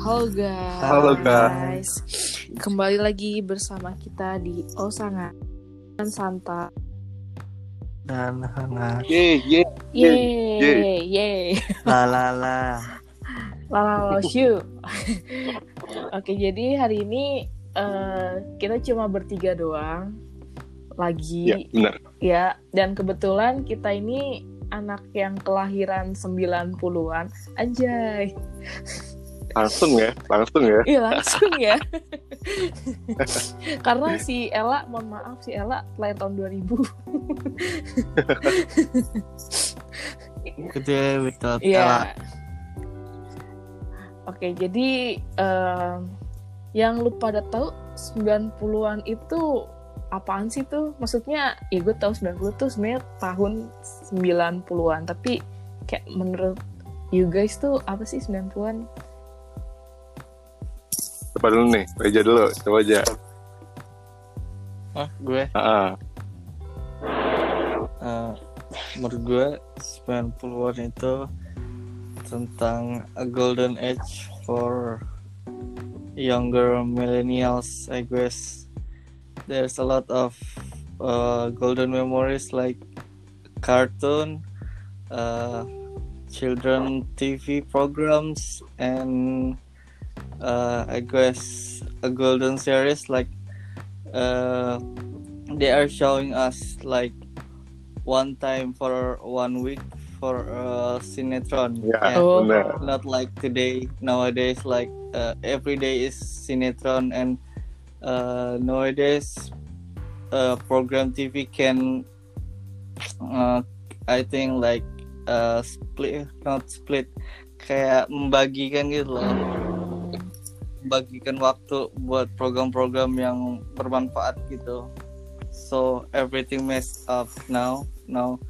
Halo guys. Halo, guys. Kembali lagi bersama kita di Osanga dan Santa. dan hangat Ye, ye. Yeay, Yeay. yeay. la la la La la la shoo. Oke, jadi hari ini eh, kita cuma bertiga doang Ya, lagi benar. ya dan kebetulan kita ini anak yang kelahiran 90-an. Anjay. Langsung ya, langsung ya. Iya langsung ya. Karena si Ella, mohon maaf si Ella lahir tahun 2000. gede betul Iya. Oke, jadi em, yang lu pada tahu 90-an itu apaan sih tuh? Maksudnya, ya gue tahu 90 tuh sebenarnya tahun 90-an, tapi kayak menurut you guys tuh apa sih 90-an? Coba dulu nih, aja dulu, coba aja. Ah, Hah, gue Heeh. eh menurut gue 90-an itu tentang a golden age for younger millennials I guess there's a lot of uh, golden memories like cartoon uh, children TV programs and uh, I guess a golden series like uh, they are showing us like one time for one week for a sinetron Ya, And Oh. benar. not like today nowadays like uh, every day is sinetron and uh, nowadays uh, program tv can uh, i think like uh, split not split kayak membagikan gitu loh bagikan waktu buat program-program yang bermanfaat gitu so everything messed up now now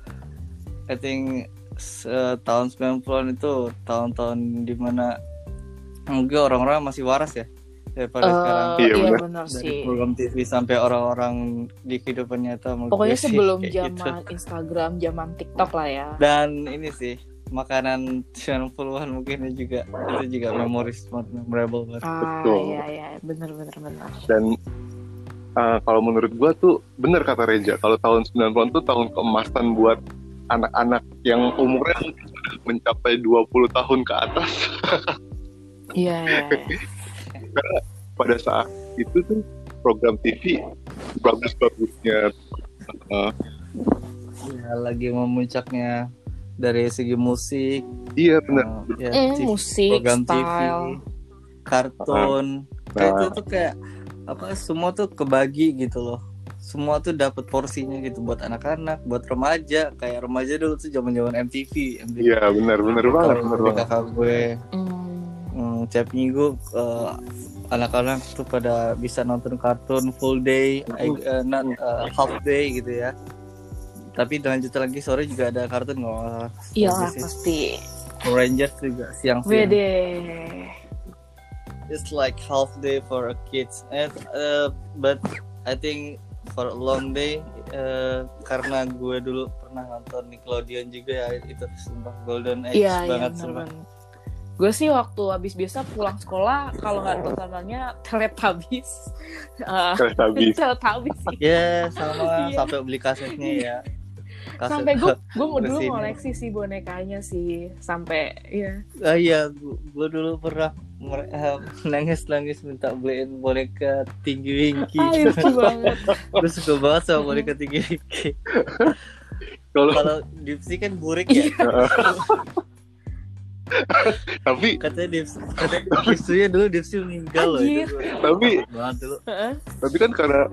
I think se- tahun 90-an itu tahun-tahun dimana mungkin orang-orang masih waras ya Eh, daripada sekarang Iya, iya benar. benar dari sih. program TV sampai orang-orang di kehidupan nyata menurut Pokoknya gue sih sebelum kayak gitu. zaman Instagram, zaman TikTok lah ya. dan ini sih makanan 90-an mungkin juga itu juga memories memorable banget Ah, Betul. iya iya, benar benar benar. Dan eh, kalau menurut gua tuh benar kata Reja, kalau tahun 90-an tuh tahun keemasan buat anak-anak yang umurnya mencapai 20 tahun ke atas Iya iya. iya. pada saat itu tuh program TV bagus-bagusnya Eh, ya, lagi memuncaknya dari segi musik iya uh, benar ya, Eh, TV, musik, program style. TV kartun kayak Nah, itu tuh kayak apa semua tuh kebagi gitu loh semua tuh dapat porsinya gitu buat anak-anak buat remaja kayak remaja dulu tuh zaman zaman MTV MTV iya benar benar banget Kalau benar di banget kakak gue Hmm. Hmm, tiap minggu eh, anak-anak tuh pada bisa nonton kartun full day, eh, eh, not, eh, half day gitu ya. Tapi lanjut lagi sore juga ada kartun nggak masalah. Iya Bagus lah sih. pasti. Power Rangers juga siang-siang. Wede. It's like half day for kids. And, eh, but I think for a long day eh, karena gue dulu pernah nonton Nickelodeon juga ya itu sumpah golden age Iya iya banget benar sumpah. banget. Gue sih waktu habis biasa pulang sekolah kalau nggak tontonannya teletabis. Eh, Kelas habis teletabis sih. Ya sama Iya. sampai beli kasetnya ya. Kaset- Sampai gue gue mau dulu Terus ini. ngoleksi si bonekanya sih sampai iya. Ah iya, gua, gua dulu pernah mer- eh, nangis-nangis minta beliin boneka tinggi wingki. Ah, lucu banget. Gue suka banget sama boneka tinggi wingki. kalau Kalau Dipsy kan burik ya. Iya. tapi Katanya Dipsy, katanya Dipsy-nya dulu Dipsy meninggal loh. Anjir. Itu gua- Tapi- banget dulu. Heeh. tapi kan karena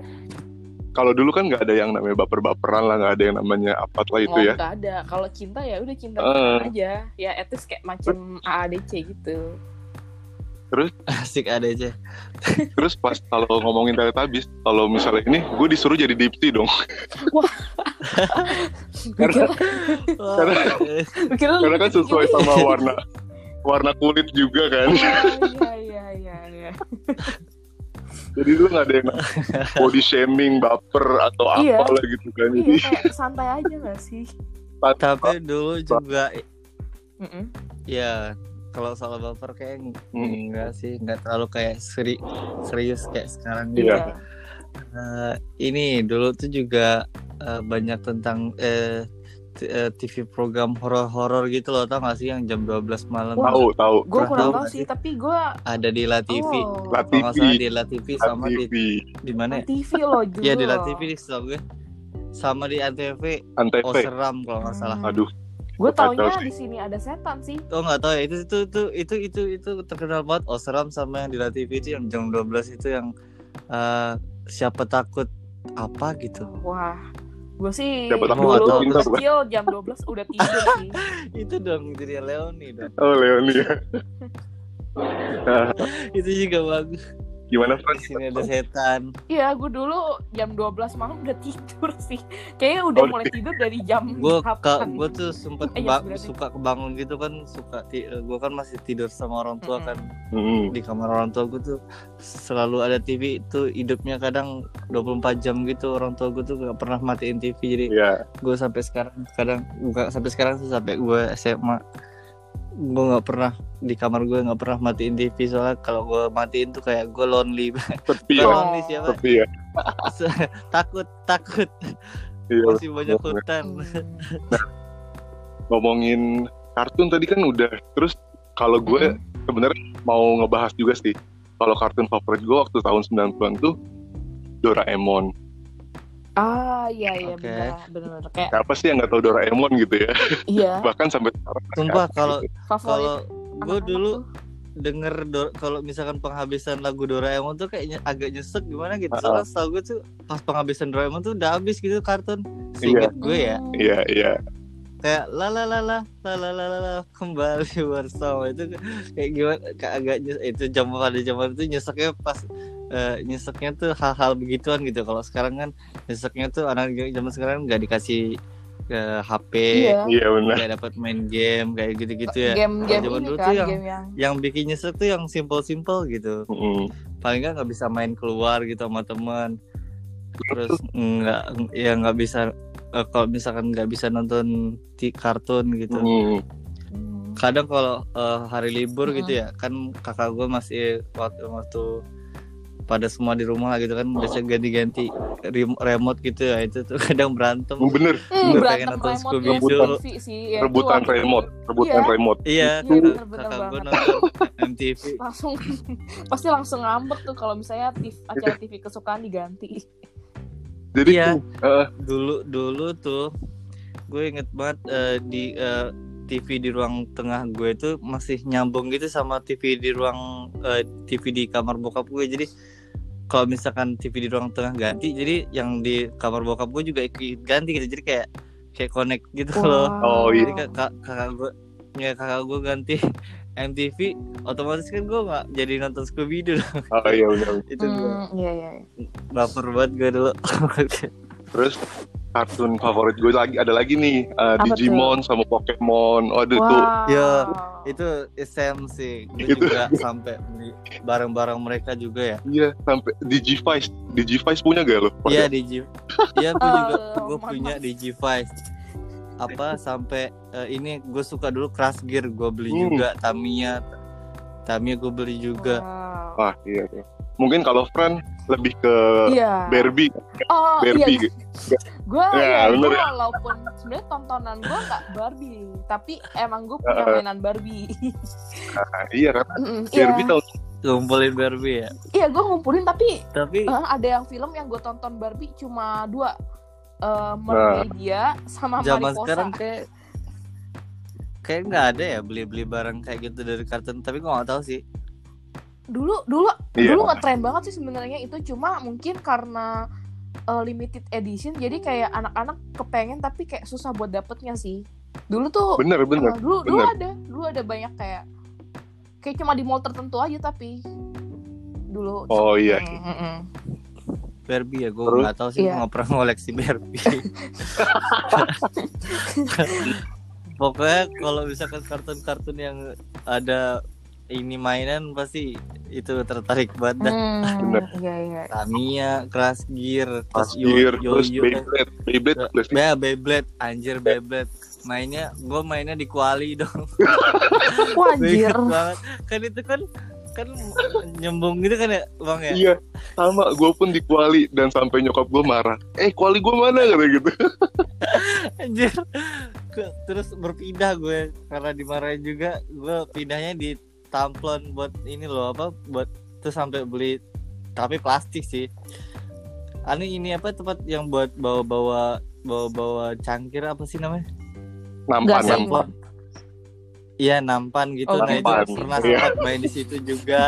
kalau dulu kan nggak ada yang namanya baper-baperan lah nggak ada yang namanya apa lah itu Oh, ya nggak ada. Kalau cinta ya udah cinta Eh, aja. Ya at least kayak macam AADC gitu. Asik ada aja. terus pas kalau ngomongin teletabis kalau misalnya ini gue disuruh jadi dipsi dong Gue kira, gua kira lu karena kan gitu. sesuai sama warna warna kulit juga kan Oh, Iya iya iya. Jadi lu nggak ada yang body shaming, baper atau apa Iya. lah gitu kan. Jadi Iya, kayak santai aja gak sih? Tapi dulu juga Iya. Mm-mm. ya kalau soal baper kayak Hmm. enggak sih, enggak terlalu kayak seri- serius kayak sekarang gitu. Iya. Eh, ini dulu tuh juga eh, banyak tentang eh, t- eh, TV program horor-horor gitu loh, tau gak sih yang jam 12 malam tahu tahu Gue kurang Tahu tahu nggak sih, sih? tapi gue ada di La TV. Oh, La Kalau nggak salah TV. di La TV Tat sama di TV, di mana? ya? TV loh dulu. Ya di La loh. TV setahu gue. Sama di Antv, Antv. oh seram kalau nggak salah. Hmm. Aduh, Gue Nggak tahu taunya sih. di sini ada setan sih. Oh nggak tahu ya itu itu itu itu itu itu terkenal banget oh seram sama yang di La TV itu yang jam 12 itu yang eh, siapa takut apa gitu. Wah, gue sih Siapa tahu nggak dulu tahu pintar, kecil jam 12 udah tidur sih. Itu dong jadi Leoni dong. oh Leonia. Nah, itu juga bagus. Di gimana Fran? sini ada setan. Iya, gue dulu jam 12 malam udah tidur sih. Kayaknya udah Oh, mulai tidur dari jam Gue kapan. gue tuh sempet Eh, ba- ya, sebenarnya. suka kebangun gitu kan suka ti- gue kan masih tidur sama orang tua Mm-mm. kan Hmm. di kamar orang tua gue tuh selalu ada TV itu hidupnya kadang 24 jam gitu orang tua gue tuh gak pernah matiin TV jadi Iya, gue sampai sekarang kadang bukan sampai sekarang sih sampai gue SMA gue nggak pernah di kamar gue nggak pernah matiin TV soalnya kalau gue matiin tuh kayak gue lonely banget Iya. sepi ya, Oh. lonely siapa sepi ya. takut takut Iya. masih banyak bener. hutan Hmm. Ngomongin kartun tadi kan udah. Terus kalau gue Hmm. sebenarnya mau ngebahas juga sih. Kalau kartun favorit gue waktu tahun 90-an tuh Doraemon. Ah, iya iya Oke. benar benar kayak Siapa sih yang nggak tahu Doraemon gitu ya? iya Bahkan sampai sekarang. sumpah ya. kalau favorit. kalau gue anak-anak dulu tuh. denger do- kalau misalkan penghabisan lagu Doraemon tuh kayaknya agak nyesek gimana gitu Ah. soalnya setahu gue tuh pas penghabisan Doraemon tuh udah habis gitu kartun seinget gue ya Hmm. Iya, iya. kayak la la la la la la la la, la, kembali bersama itu kayak gimana kayak agak nyes- itu zaman pada zaman itu nyeseknya pas eh, nyeseknya tuh hal-hal begituan gitu kalau sekarang kan nyeseknya tuh anak zaman sekarang nggak dikasih ke HP Iya. Iya benar. nggak dapat main game kayak gitu-gitu gitu ya Game-game Zaman ini dulu tuh kan, yang- game yang yang bikin nyesek tuh yang simple-simple gitu Mm. paling nggak nggak bisa main keluar gitu sama teman terus nggak ya nggak bisa eh, kalau misalkan nggak bisa nonton di kartun gitu Mm. Hmm. kadang kalau eh, hari libur Mm-mm. gitu ya kan kakak gue masih waktu waktu pada semua di rumah gitu kan biasa ganti-ganti rem- remote gitu ya itu tuh kadang berantem Bener, Hmm, Gue berantem pengen nonton remote Scooby-Doo. di TV sih. ya, itu rebutan waktu itu remote, rebutan Iya. remote. iya Iya, kakak, bener-bener kakak gue banget. nonton MTV Langsung pasti langsung ngambek tuh kalau misalnya TV, acara TV kesukaan diganti. Jadi Iya. eh, dulu dulu tuh gue inget banget eh, di eh, TV di ruang tengah gue itu masih nyambung gitu sama TV di ruang eh, TV di kamar bokap gue jadi kalau misalkan TV di ruang tengah ganti jadi yang di kamar bokap gue juga ikut ganti gitu jadi kayak kayak connect gitu loh Oh, iya. jadi kak- kak- kakak gue ya kakak gue ganti MTV otomatis kan gue nggak jadi nonton Scooby Doo oh iya benar. itu gue Hmm, iya iya. iya. baper banget gue dulu Terus kartun favorit gue lagi ada lagi nih eh, Apa Digimon sama Pokemon. Waduh tuh Wow. Ya, itu esensi gue Itu. juga sampai beli barang-barang mereka juga ya iya sampai Digivice. Digivice punya gak lo? iya di G iya gue juga Oh, gue mantap. punya di G-Vice apa sampai eh, ini gue suka dulu Crash Gear gue beli Hmm. juga Tamiya Tamiya gue beli juga Wow. Wah, iya. iya. Mungkin kalau Fran lebih ke Iya. Barbie, Oh, Barbie. gitu. iya. Gue Ya, ya, bener gua ya. walaupun sebenarnya tontonan gue nggak Barbie, tapi emang gue punya Uh-uh. mainan Barbie. Nah, iya kan? Mm, Iya, Barbie tahun ngumpulin Barbie ya iya gue ngumpulin tapi tapi eh, ada yang film yang gue tonton Barbie cuma dua. Eh, Nah. Mermaidia sama zaman Mariposa. sekarang kayak kayak nggak ada ya beli-beli barang kayak gitu dari kartun tapi gue nggak tahu sih dulu dulu Iya. dulu ngetren banget sih sebenarnya itu cuma mungkin karena uh, limited edition jadi kayak anak-anak kepengen tapi kayak susah buat dapetnya sih dulu tuh bener uh, bener. dulu dulu bener. ada dulu ada banyak kayak kayak cuma di mall tertentu aja tapi dulu Oh iya. Mm, mm, mm. Barbie ya gue Terus? nggak tahu sih gue Iya. nggak pernah ngoleksi Barbie pokoknya kalau misalkan kartun-kartun yang ada ini mainan pasti itu tertarik banget dah. Hmm, Bener. iya iya. Tamiya, Crash Gear, terus Pas Yo- gear, Yo- terus Yo- Beyblade, Beyblade, Be- Beyblade. Beyblade, anjir Beyblade. Mainnya, gue mainnya di kuali dong. Wajir. Ingat banget. Kan itu kan kan nyembung gitu kan ya bang ya. Iya, sama gue pun di kuali dan sampai nyokap gue marah. Eh kuali gue mana kata gitu. Anjir. Ke- Terus berpindah gue karena dimarahin juga. Gue pindahnya di tamplon buat ini loh apa buat terus sampai beli tapi plastik sih. Anu ini apa tempat yang buat bawa-bawa bawa-bawa cangkir apa sih namanya? Nggak sih. Nampan, Ah, nampan. nampan. Iya nampan gitu. Oh, nah itu nampan. pernah Iya. sempat main di situ juga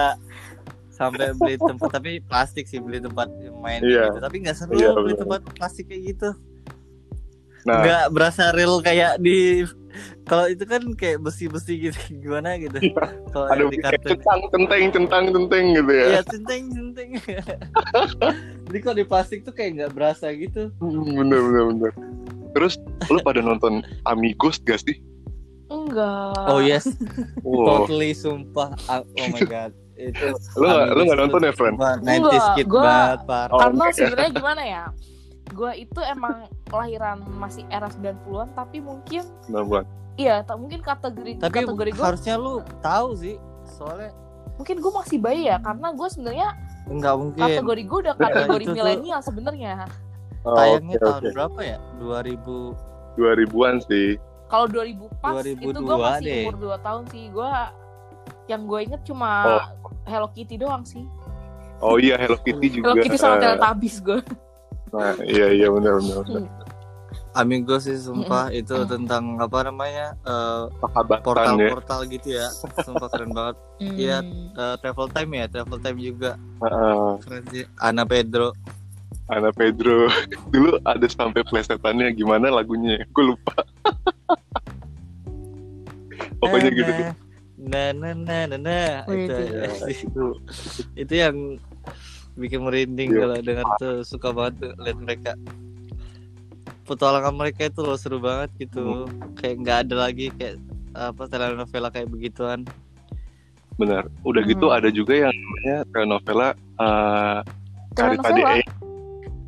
sampai beli tempat tapi plastik sih beli tempat main Iya. gitu. Tapi nggak seru Iya, beli benar. tempat plastik kayak gitu. Nah, Nggak berasa real kayak di kalau itu kan kayak besi-besi gitu gimana gitu. Kalau Iya. ada yang di kartun. centang, centeng, centang, centeng gitu ya. Iya centeng centeng. Jadi kalau di plastik tuh kayak nggak berasa gitu. Hmm, Bener, bener, bener. Terus lu pada nonton Amigos gak sih? Enggak. Oh yes, Wow, totally sumpah. Ah, Oh my god. Itu lu gak, lu nggak nonton ya, friend? Wah, 90s kid gua- banget, parah. Oh, Karena enggak ya. sebenarnya gimana ya? Gue itu emang kelahiran masih era 90-an tapi mungkin Nah, buat. iya tak mungkin kategori Tapi kategori gue harusnya lu tahu sih, soalnya mungkin gue masih bayi ya karena gue sebenarnya nggak mungkin. kategori gue udah kategori Iya. Itu tuh- milenial sebenarnya Oh, Tayangnya oke, tahun oke. berapa ya? 2000 2000-an sih. kalau 2000 pas itu gue 2002 masih deh. umur 2 tahun sih gue yang gue inget cuma Oh. Hello Kitty doang sih Oh iya, Hello Kitty juga. Hello Kitty eh, sama Teletubbies gue Nah, iya, iya, bener, bener. bener. Amigo sih sumpah itu tentang apa namanya? eh, Sahabatan ya. portal-portal gitu ya. Sumpah keren banget. Iya. Hmm. Eh, travel time ya, travel time juga Heeh. keren sih. Ana Pedro. Ah, Ana Pedro dulu ada sampai plesetannya gimana lagunya gue lupa pokoknya gitu deh. Eh, Nah, nah, nah, nah, nah. Itu, Wih, itu itu yang bikin merinding Iya. kalau denger tuh suka banget tuh lihat mereka petualangan mereka itu loh seru banget gitu Hmm. kayak nggak ada lagi kayak apa telenovela kayak begituan benar udah gitu Hmm. ada juga yang namanya telenovela eh cari tadi eh, Telenovela.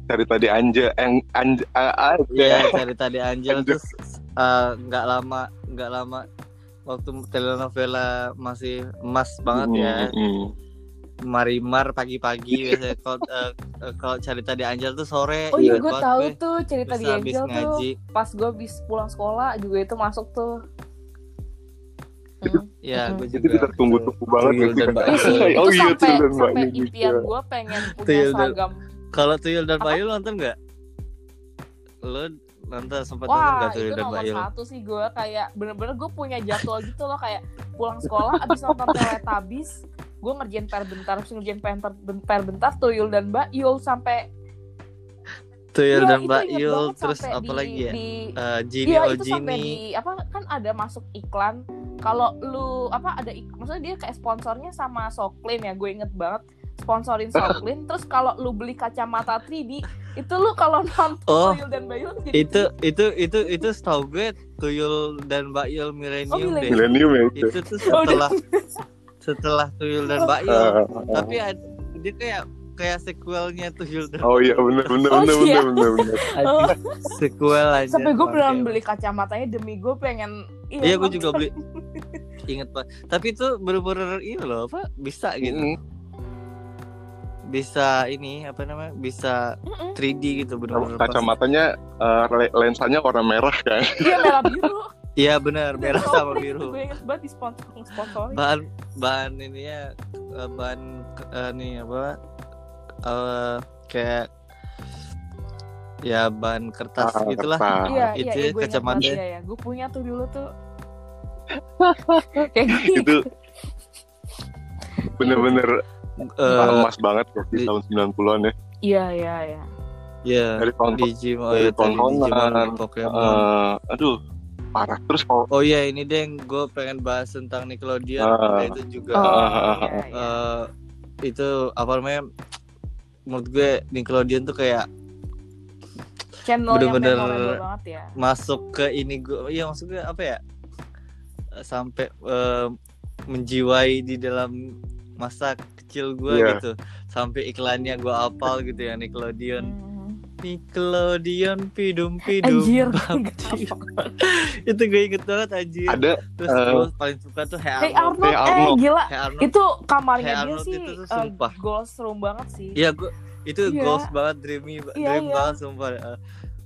cari tadi anja Eng anja ah, ah, Iya dari tadi Angel Angel. terus eh, nggak lama nggak lama waktu telenovela masih emas banget ya Mm, mm. Marimar pagi-pagi biasanya kalau eh, eh, kalau cari tadi Angel tuh sore Oh iya, ingat gue banget tahu gue. tuh cerita Terus di eh, habis Angel tuh. ngaji Pas gue bis pulang sekolah juga itu masuk tuh. Hmm. ya gue itu juga kita tunggu-tunggu banget Tuyul gitu dan kan. Mbak Terus Yul. oh itu iya sampai, tuh mbak sampai Yul juga. impian gue pengen punya Tuyul dan- seragam. Kalau Tuyul dan Apa? Bayul nonton nggak? Lo nonton sempat nonton Wah nggak itu Tuyul dan nomor Bayul? satu sih gue kayak bener-bener gue punya jadwal gitu loh kayak pulang sekolah abis nonton Teletubbies gue ngerjain PR bentar, abis ngerjain PR bentar, PR bentar, tuyul dan mbak Yul sampai Tuyul Iya, dan itu inget Bayul banget terus sampai apa di- lagi ya? di- Eh, Genie Iya oh itu sampai di Genie apa kan ada masuk iklan kalau lu apa ada ik- maksudnya dia kayak sponsornya sama Soklin ya gue inget banget sponsorin Soklin terus kalau lu beli kacamata 3D itu lu kalau nonton Oh, Tuyul dan Bayul jadi itu itu itu itu setahu gue Tuyul dan Bayul Millennium deh. Oh, Millennium. milenium ya Itu itu tuh Oh, udah. setelah setelah Tuyul dan Iya. Bayul. Ah, ah. Tapi ad- dia kayak kayak sequelnya Tuyul dan oh iya benar benar Oh, benar iya. benar benar benar Oh. sequel aja. sampai gue beneran Oke. beli kacamatanya demi gue pengen Iya, gue nonton. juga beli. Ingat pak. Tapi itu bener-bener ini loh apa bisa gitu. Mm, bisa ini apa namanya bisa Mm-mm. 3D gitu benar kacamatanya eh, le- lensanya warna merah kan iya merah biru iya benar Oh, merah Soklin sama tuh biru Nah, gue inget banget di sponsor sponsorin bahan bahan ini ya bahan eh, nih apa eh, kayak ya bahan kertas Ah, gitulah kertas. iya itu iya ya, iya gue inget kacamata. banget iya ya gue punya tuh dulu tuh kayak gitu itu bener-bener Eh, emas banget loh di di- tahun 90-an ya iya iya iya ya dari tahun Digimon oh, dari ya, tadi tontonan. Digimon Pokemon Eh, aduh parah terus kalau oh iya ini deh gue pengen bahas tentang Nickelodeon Ah. ya, itu juga Oh, iya, iya. eh itu apa namanya menurut gue Nickelodeon tuh kayak channel bener-bener- yang memorable banget ya. masuk ke ini gue iya maksud gue apa ya Eh, sampai eh, menjiwai di dalam masa kecil gua Iya. gitu sampai iklannya gua apal gitu ya Nickelodeon Hmm. Nickelodeon pidum pidum Anjir. itu gue inget banget anjir Ada terus eh, gua paling suka tuh Hey Hey Arnold Arnold, Hey, eh Arnold. gila. Hey Arnold Itu kamarnya Hey dia Arnold sih itu tuh eh, sumpah. goals room banget sih. Iya, gue itu Iya. goals banget, dreamy, Iya, dream iya. banget sumpah. Eh,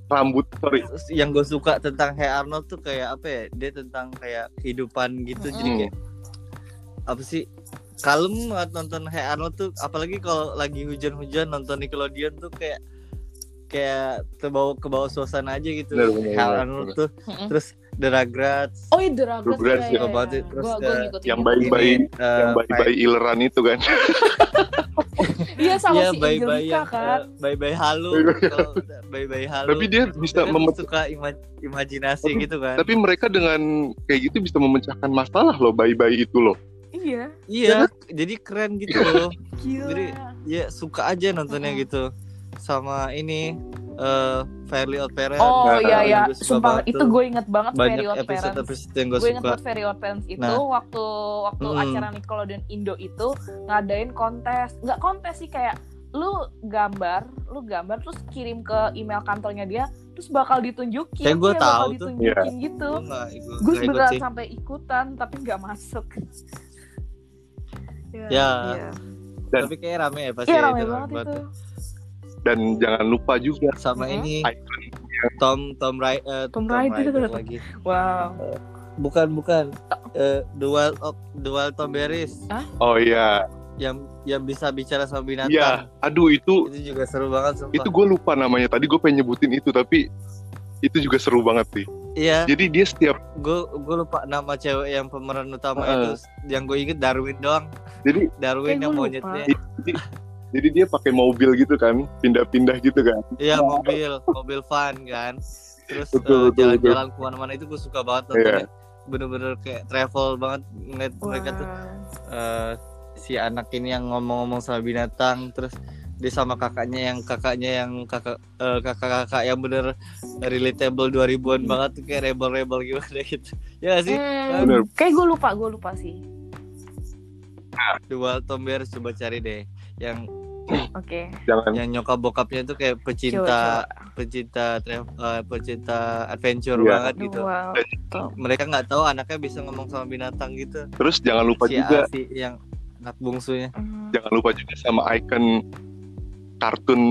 rambut sorry terus yang gue suka tentang Hey Arnold tuh kayak apa ya? Dia tentang kayak kehidupan gitu, jadi Mm. kayak apa sih? Kalem banget nonton Hey Arnold tuh, apalagi kalau lagi hujan-hujan nonton Nickelodeon tuh kayak kayak terbawa ke bawah suasana aja gitu. Bener, bener, Hey bener, Arnold tuh, Mm-mm. terus Dragrats, Oh, iya Dragon. Dragon, iya, iya. iya, Banget, iya. terus Gua- ada gua ngikutin yang itu. bayi- Bayi-bayi, eh, yang bayi-bayi ileran itu kan Iya sama Iya, si bye bye Angelica yang kan. bye bye halu, Bye-bye. bye bye halu. Tapi dia bisa kan memet- suka ima- imajinasi Tapi- gitu kan? tapi mereka dengan kayak gitu bisa memecahkan masalah loh bayi-bayi itu loh Iya. Iya, jadi keren gitu Iya. loh. Gila. Jadi- Ya suka aja nontonnya Mm-mm. gitu. Sama ini eh Fairly Odd Parents. Oh Nah, iya iya, Gue suka sumpah banget itu tuh. gue inget banget banyak Very Odd episode Parents. episode yang gue Gue inget suka. banget Very Odd Parents itu Nah. waktu waktu Hmm. acara Nickelodeon Indo itu ngadain kontes, nggak kontes sih kayak lu gambar, lu gambar terus kirim ke email kantornya dia, terus bakal ditunjukin, Kayak gue Iya, bakal tahu tuh. ditunjukin gitu. Gue nggak Gue ikut- nggak ikut beneran sih. sampai ikutan tapi nggak masuk. Iya. Ya. Iya. Dan- Tapi kayak rame ya pasti. Iya ya, ramai itu, banget itu. dan jangan lupa juga Sama Mhm. ini iya. Tom Tom Ry- eh, Tom Rider. lagi. Wow. Bukan bukan. Oh. Eh Dual Dual Tom Berries oh iya yang yang bisa bicara sama binatang. iya aduh itu Itu juga seru banget sumpah. itu gue lupa namanya tadi gue pengen nyebutin itu tapi itu juga seru banget sih Iya. jadi dia setiap gue gue lupa nama cewek yang pemeran utama Heeh. itu Eh. yang gue inget Darwin doang jadi Eh, Darwin yang gua monyetnya jadi dia pakai mobil gitu kan pindah-pindah gitu kan iya mobil mobil van kan terus Betul, eh, betul, jalan-jalan kemana-mana itu gue suka banget nontonnya Iya. bener-bener kayak travel banget ngeliat mereka tuh eh, si anak ini yang ngomong-ngomong sama binatang terus dia sama kakaknya yang kakaknya yang kakak eh, kakak-kakak yang bener relatable 2000-an banget tuh kayak rebel-rebel gimana gitu ya gak sih Hmm, Bener. kayak gue lupa, gue lupa sih. Eh. dua Tom Bears coba cari deh yang Oke. jangan yang nyokap bokapnya tuh kayak pecinta pecinta tra- eh, pecinta adventure Iya. banget gitu. Wow. Mereka nggak tahu anaknya bisa ngomong sama binatang gitu. terus jangan lupa si juga Asi yang anak bungsunya. Hmm. jangan lupa juga sama icon kartun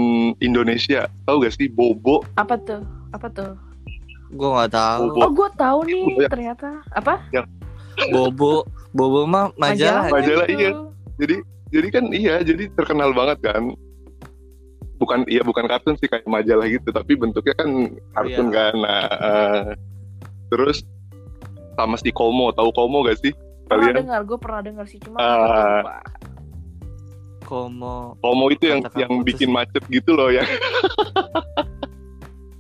Indonesia tahu gak sih Bobo Apa tuh? Apa tuh? Gua nggak tahu. Bobo. Oh, gue tahu nih Udah. ternyata. Apa? Bobo Bobo mah kan majalah. Majalah, itu. iya. jadi jadi kan iya jadi terkenal banget kan bukan iya bukan kartun sih kayak majalah gitu tapi bentuknya kan kartun Iya. kan nah eh, terus sama si Komo tahu Komo gak sih Pernah kalian dengar, gue pernah dengar sih cuma Ah. gua lupa. Komo. Komo itu yang Katakan yang putus. bikin macet gitu loh ya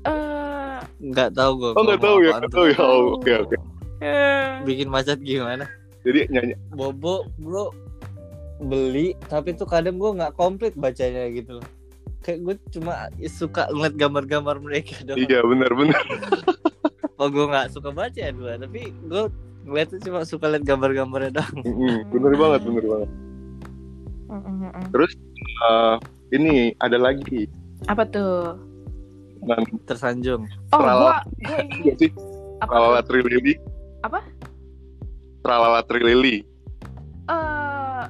Eh, Nggak tahu gua. oh nggak Komo tahu ya apaan nggak tuh. tahu ya oh, oke oke eh, Bikin macet gimana? jadi nyanyi Bobo bro beli tapi tuh kadang gua nggak komplit bacanya gitu loh. Kayak gue cuma suka ngeliat gambar-gambar mereka doang. iya benar-benar Oh gue nggak suka baca ya dua, tapi gue ngeliat tuh cuma suka liat gambar-gambarnya doang. Mm, bener banget bener banget mm, mm, mm. Eh, ini ada lagi Apa tuh? Nah, Tersanjung. Oh, gue Tralala. gue ini gak sih apa? Eh, Tralala tuh? Trilili Apa? Tralala Trilili Eh, Ah.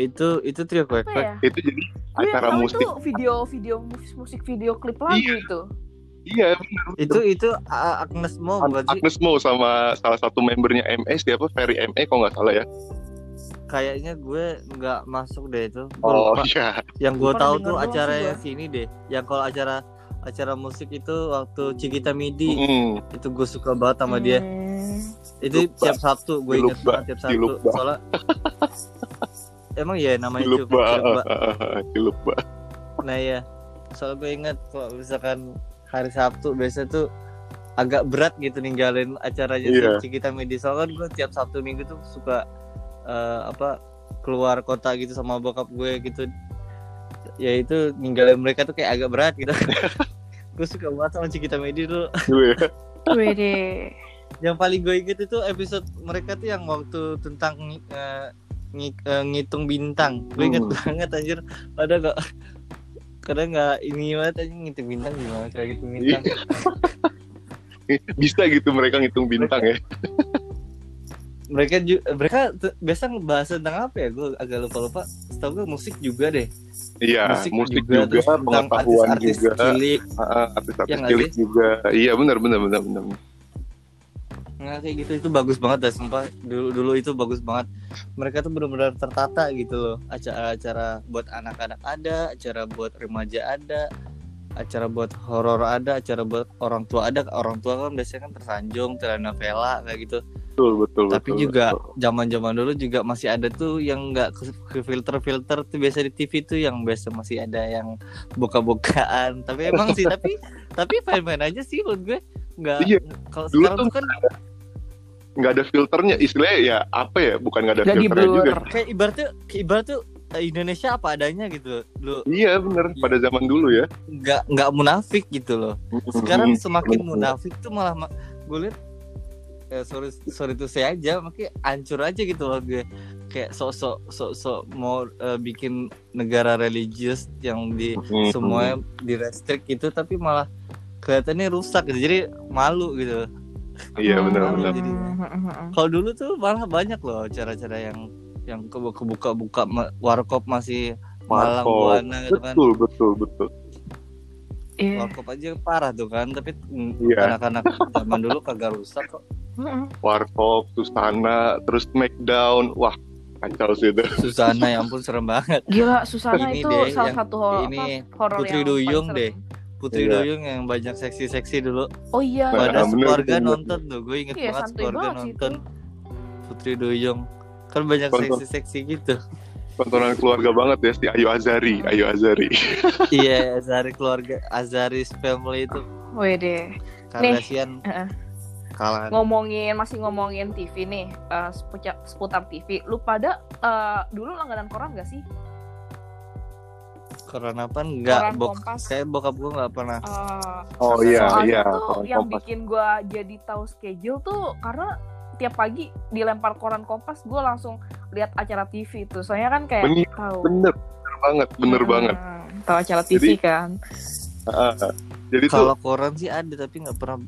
Eh itu itu trio apa kuek-kuek. ya? itu jadi Gue yang acara tahu musik itu video-video mus- musik video klip lagu Iya. itu. iya Itu itu A- Agnes Mo bukan sih? Agnes Mo sama salah satu membernya MS siapa Ferry ME kalau nggak salah ya Kayaknya gue nggak masuk deh itu. Gua oh lupa. iya Yang gue Pernah tahu dengar tuh doang sih acaranya gua. sini deh. Yang kalau acara acara musik itu waktu Cikita Midi Mm, itu gue suka banget sama dia. Hmm. Itu Lupa. tiap Sabtu gue inget Lupa. banget tiap Sabtu. Lupa. Soalnya emang ya namanya lupa Cukup- Cukup. lupa Nah ya, soal gue inget kalau misalkan hari Sabtu biasanya tuh agak berat gitu ninggalin acaranya Iya. si Cikita Medi soalnya kan gue tiap Sabtu minggu tuh suka eh, apa keluar kota gitu sama bokap gue gitu ya itu ninggalin mereka tuh kayak agak berat gitu gue suka banget sama Cikita Medi dulu Gue- Wede. yang paling gue inget itu episode mereka tuh yang waktu tentang eh, ngi- eh, ngitung bintang gue inget Hmm. banget anjir padahal gak kadang nggak ini banget anjir ngitung bintang gimana cara ngitung Iya. bintang Bisa gitu mereka ngitung bintang ya. mereka ju- eh, mereka t- biasa ngebahas tentang apa ya gue agak lupa lupa setahu gue musik juga deh Iya, musik, juga, terus tentang pengetahuan artis-artis juga, cilik heeh, artis-artis Iya nggak cilik juga. Iya benar benar benar benar. Nggak kayak gitu itu bagus banget dah sumpah dulu dulu itu bagus banget mereka tuh benar-benar tertata gitu loh acara-acara buat anak-anak ada acara buat remaja ada acara buat horor ada acara buat orang tua ada orang tua kan biasanya kan tersanjung telenovela kayak gitu Betul betul. tapi betul, juga betul. zaman-zaman dulu juga masih ada tuh yang nggak ke filter-filter tuh biasa di TV tuh yang biasa masih ada yang buka-bukaan tapi emang sih tapi tapi fine-fine aja sih menurut gue nggak Iya. kalau Dulu sekarang tuh tuh kan nggak ada filternya, istilahnya ya apa ya? Bukan nggak ada Nggak di filternya juga. blur. kayak ibarat tuh kayak ibarat tuh eh, Indonesia apa adanya gitu loh. lu Iya benar pada zaman dulu ya. nggak nggak munafik gitu loh sekarang semakin bener. munafik tuh malah ma- gue liat eh, sorry sorry tuh saya aja makanya hancur aja gitu loh gue kayak sok-sok sok-sok mau eh, bikin negara religius yang di Mm-mm. semuanya di restrict gitu tapi malah kelihatannya rusak gitu. jadi malu gitu Iya Hmm. benar benar. jadinya. kalau dulu tuh malah banyak loh cara-cara yang yang kebuka-buka warkop masih malang Warkop. buana gitu kan Betul betul betul. Iya. warkop aja parah tuh kan tapi mm, Iya. anak-anak zaman dulu kagak rusak kok Mm-mm. Warkop, Susana, terus Smackdown, wah kacau sih itu. Susana ya ampun serem banget Gila, Susana itu Ini deh, salah yang- satu hor- ini apa, horor Putri yang Duyung paling deh. serem. Putri Iya. Duyung yang banyak seksi-seksi dulu Oh iya. Nah, pada bener, keluarga bener. nonton tuh gue inget Iya, banget santuy keluarga banget sih itu. nonton Putri Duyung kan banyak Tonton. seksi-seksi gitu Tontonan keluarga banget ya si Ayu Azari, Ayu Azari. iya Azari keluarga Azari's family itu Wede. Kardashian Heeh. kalah Ngomongin masih ngomongin TV nih, eh, sepuca- seputar TV. Lu pada eh, dulu langganan koran gak sih? Corona apa enggak Koran bok Kompas. kayak bokap gue nggak pernah Eh, Oh soalnya iya iya. tuh Koran yang Kompas. bikin gue jadi tahu schedule tuh karena tiap pagi dilempar koran kompas gue langsung lihat acara TV itu. Soalnya kan kayak Bener. tahu. Bener, bener banget, bener Hmm, banget. Tahu acara TV Jadi- kan. Heeh. Jadi tuh kalau koran sih ada tapi nggak pernah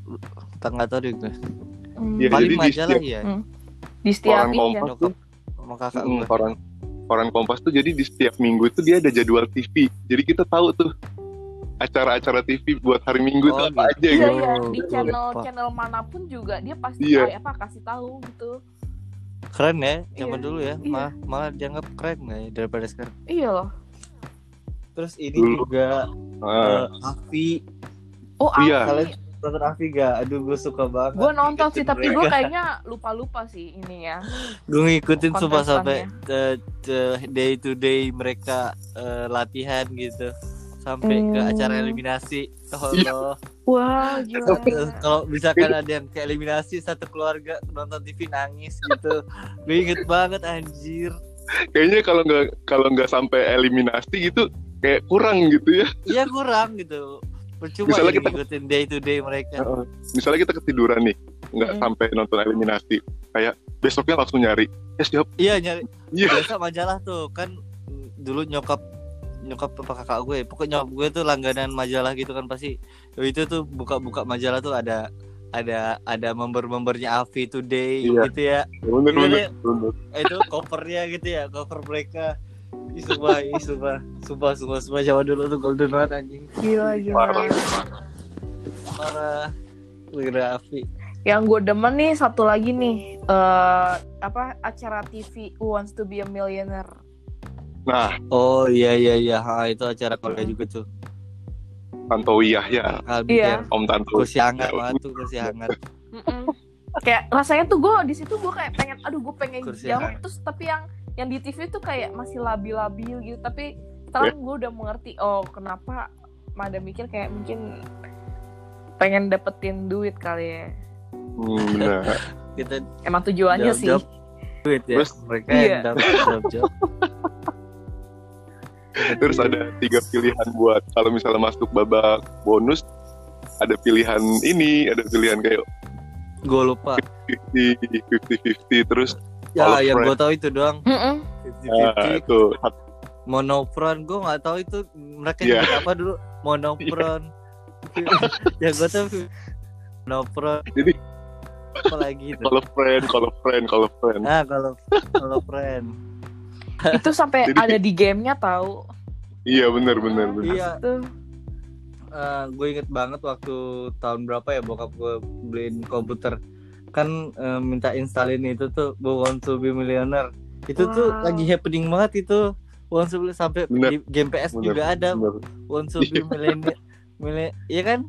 tak nggak tahu deh gue Hmm. Iya, paling jadi di majalah setiap- ya Hmm. di setiap Koran ini Kompas. kan. nyokap sama kakak Hmm, gue koran koran Kompas tuh jadi di setiap minggu tuh dia ada jadwal TV. Jadi kita tahu tuh acara-acara TV buat hari Minggu Oh, tuh apa gitu. aja Iya gitu. iya Oh, di lupa. channel channel manapun juga dia pasti Iya. kayak apa kasih tahu gitu. keren ya zaman Iya, dulu ya iya. malah malah dianggap keren nggak ya daripada sekarang Iya loh. terus ini Dulu. juga Heeh. eh, Afi Oh Iya. Alfi, nonton Afi gak aduh gue suka banget gue nonton sih Ngikutin tapi gue mereka. kayaknya lupa-lupa sih ininya. gue ngikutin sumpah sampai kontestannya. eh, eh, day to day mereka eh, latihan gitu sampai ke Hmm. acara eliminasi oh, Iya. Allah. Wah gila. Terus kalau misalkan ada yang ke eliminasi satu keluarga nonton TV nangis gitu gue inget banget anjir Kayaknya kalau nggak kalau nggak sampai eliminasi gitu kayak kurang gitu ya. Iya kurang gitu. Percuma Misalnya ya kita- ngikutin day to day mereka. Heeh. Misalnya kita ketiduran nih, nggak Mm. sampai nonton eliminasi, kayak besoknya langsung nyari. Ya siap. Iya nyari. Iya. Biasa majalah tuh kan mm, dulu nyokap nyokap apa kakak gue, pokoknya nyokap gue tuh langganan majalah gitu kan pasti. Ya, Itu tuh buka-buka majalah tuh ada ada ada member-membernya Avi Today Iya. gitu ya. Iya, Bener bener. iya. bener. Eh, Itu covernya gitu ya, cover mereka. Ih, Sumpah, ih, sumpah, sumpah, sumpah, sumpah, zaman dulu tuh golden banget anjing Gila gila. Iya. Parah. Parah Wira Afi Yang gue demen nih satu lagi nih eh apa acara TV Who Wants to Be a Millionaire. Nah, Oh iya iya iya, ha, itu acara keluarga Iya. Mm. juga tuh Tantowi Yahya, Albi Iya. ya, Om Tantowi. kursi hangat banget tuh kursi hangat Mm-mm. kayak rasanya tuh gue di situ gue kayak pengen aduh gue pengen Kursi jauh hangat. terus tapi yang yang di TV tuh kayak masih labil-labil gitu tapi sekarang gue udah mengerti oh kenapa Mada mikir kayak mungkin pengen dapetin duit kali ya Hmm, bener. kita emang tujuannya sih Jawab-jawab. duit ya Terus? mereka Iya. yang dapat job job Terus ada tiga pilihan buat kalau misalnya masuk babak bonus ada pilihan ini, ada pilihan kayak gue lupa 50 50 terus ya All yang gue friends. Ya, tahu itu doang Eh. Mm-mm. Ah, 50-50 tuh monopron gue nggak tahu itu mereka Iya. nyebut apa dulu monopron ya gue tuh monopron Jadi- apa lagi itu kalau friend, kalau friend, kalau friend. ah kalau kalau friend itu sampai Jadi- ada di gamenya tahu Iya benar benar benar. iya tuh gue Eh, inget banget waktu tahun berapa ya bokap gue beliin komputer kan eh, minta installin itu tuh gue want to be millionaire itu tuh Wow. lagi happening banget itu want to be sampai Bener. di game PS Bener, juga ada benar. want to be Iya. millionaire Millen- iya kan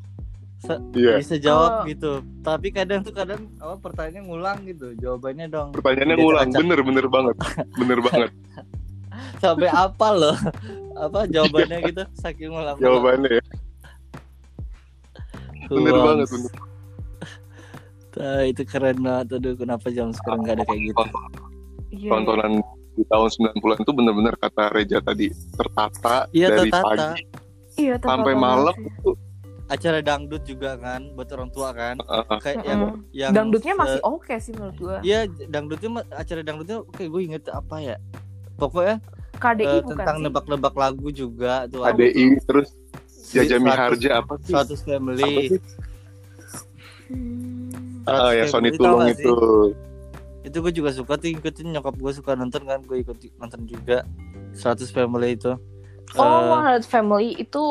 Iya. bisa Oh. jawab gitu tapi kadang tuh kadang apa pertanyaannya ngulang gitu jawabannya dong Pertanyaannya Jadi ngulang, acak. bener bener banget, bener banget sampai apa loh apa jawabannya Iya. gitu saking ngulang jawabannya ya, bener banget bener. Iya. Tuh, itu keren banget aduh kenapa zaman sekarang nggak ada kayak gitu iya. Tontonan di tahun 90-an itu bener-bener kata Reja tadi tertata Iya, dari tertata. pagi Iya, tertata sampai banget malam sih. itu acara dangdut juga kan buat orang tua kan uh, kayak Mm-mm. yang yang dangdutnya eh, masih oke sih menurut gua iya dangdutnya ma- acara dangdutnya oke gue inget apa ya pokoknya KDI eh, bukan tentang sih? nebak-nebak lagu juga tuh Ah, ada ADI terus Jaja Seratus- Miharja apa sih? suatu Apa family sih? Hmm. Ah, Seratus yang Sony Family, tau Tulung gak sih? itu itu gue juga suka tuh ikutin nyokap gue suka nonton kan gue ikut nonton juga 100 family itu Oh, Eh, 100 Family itu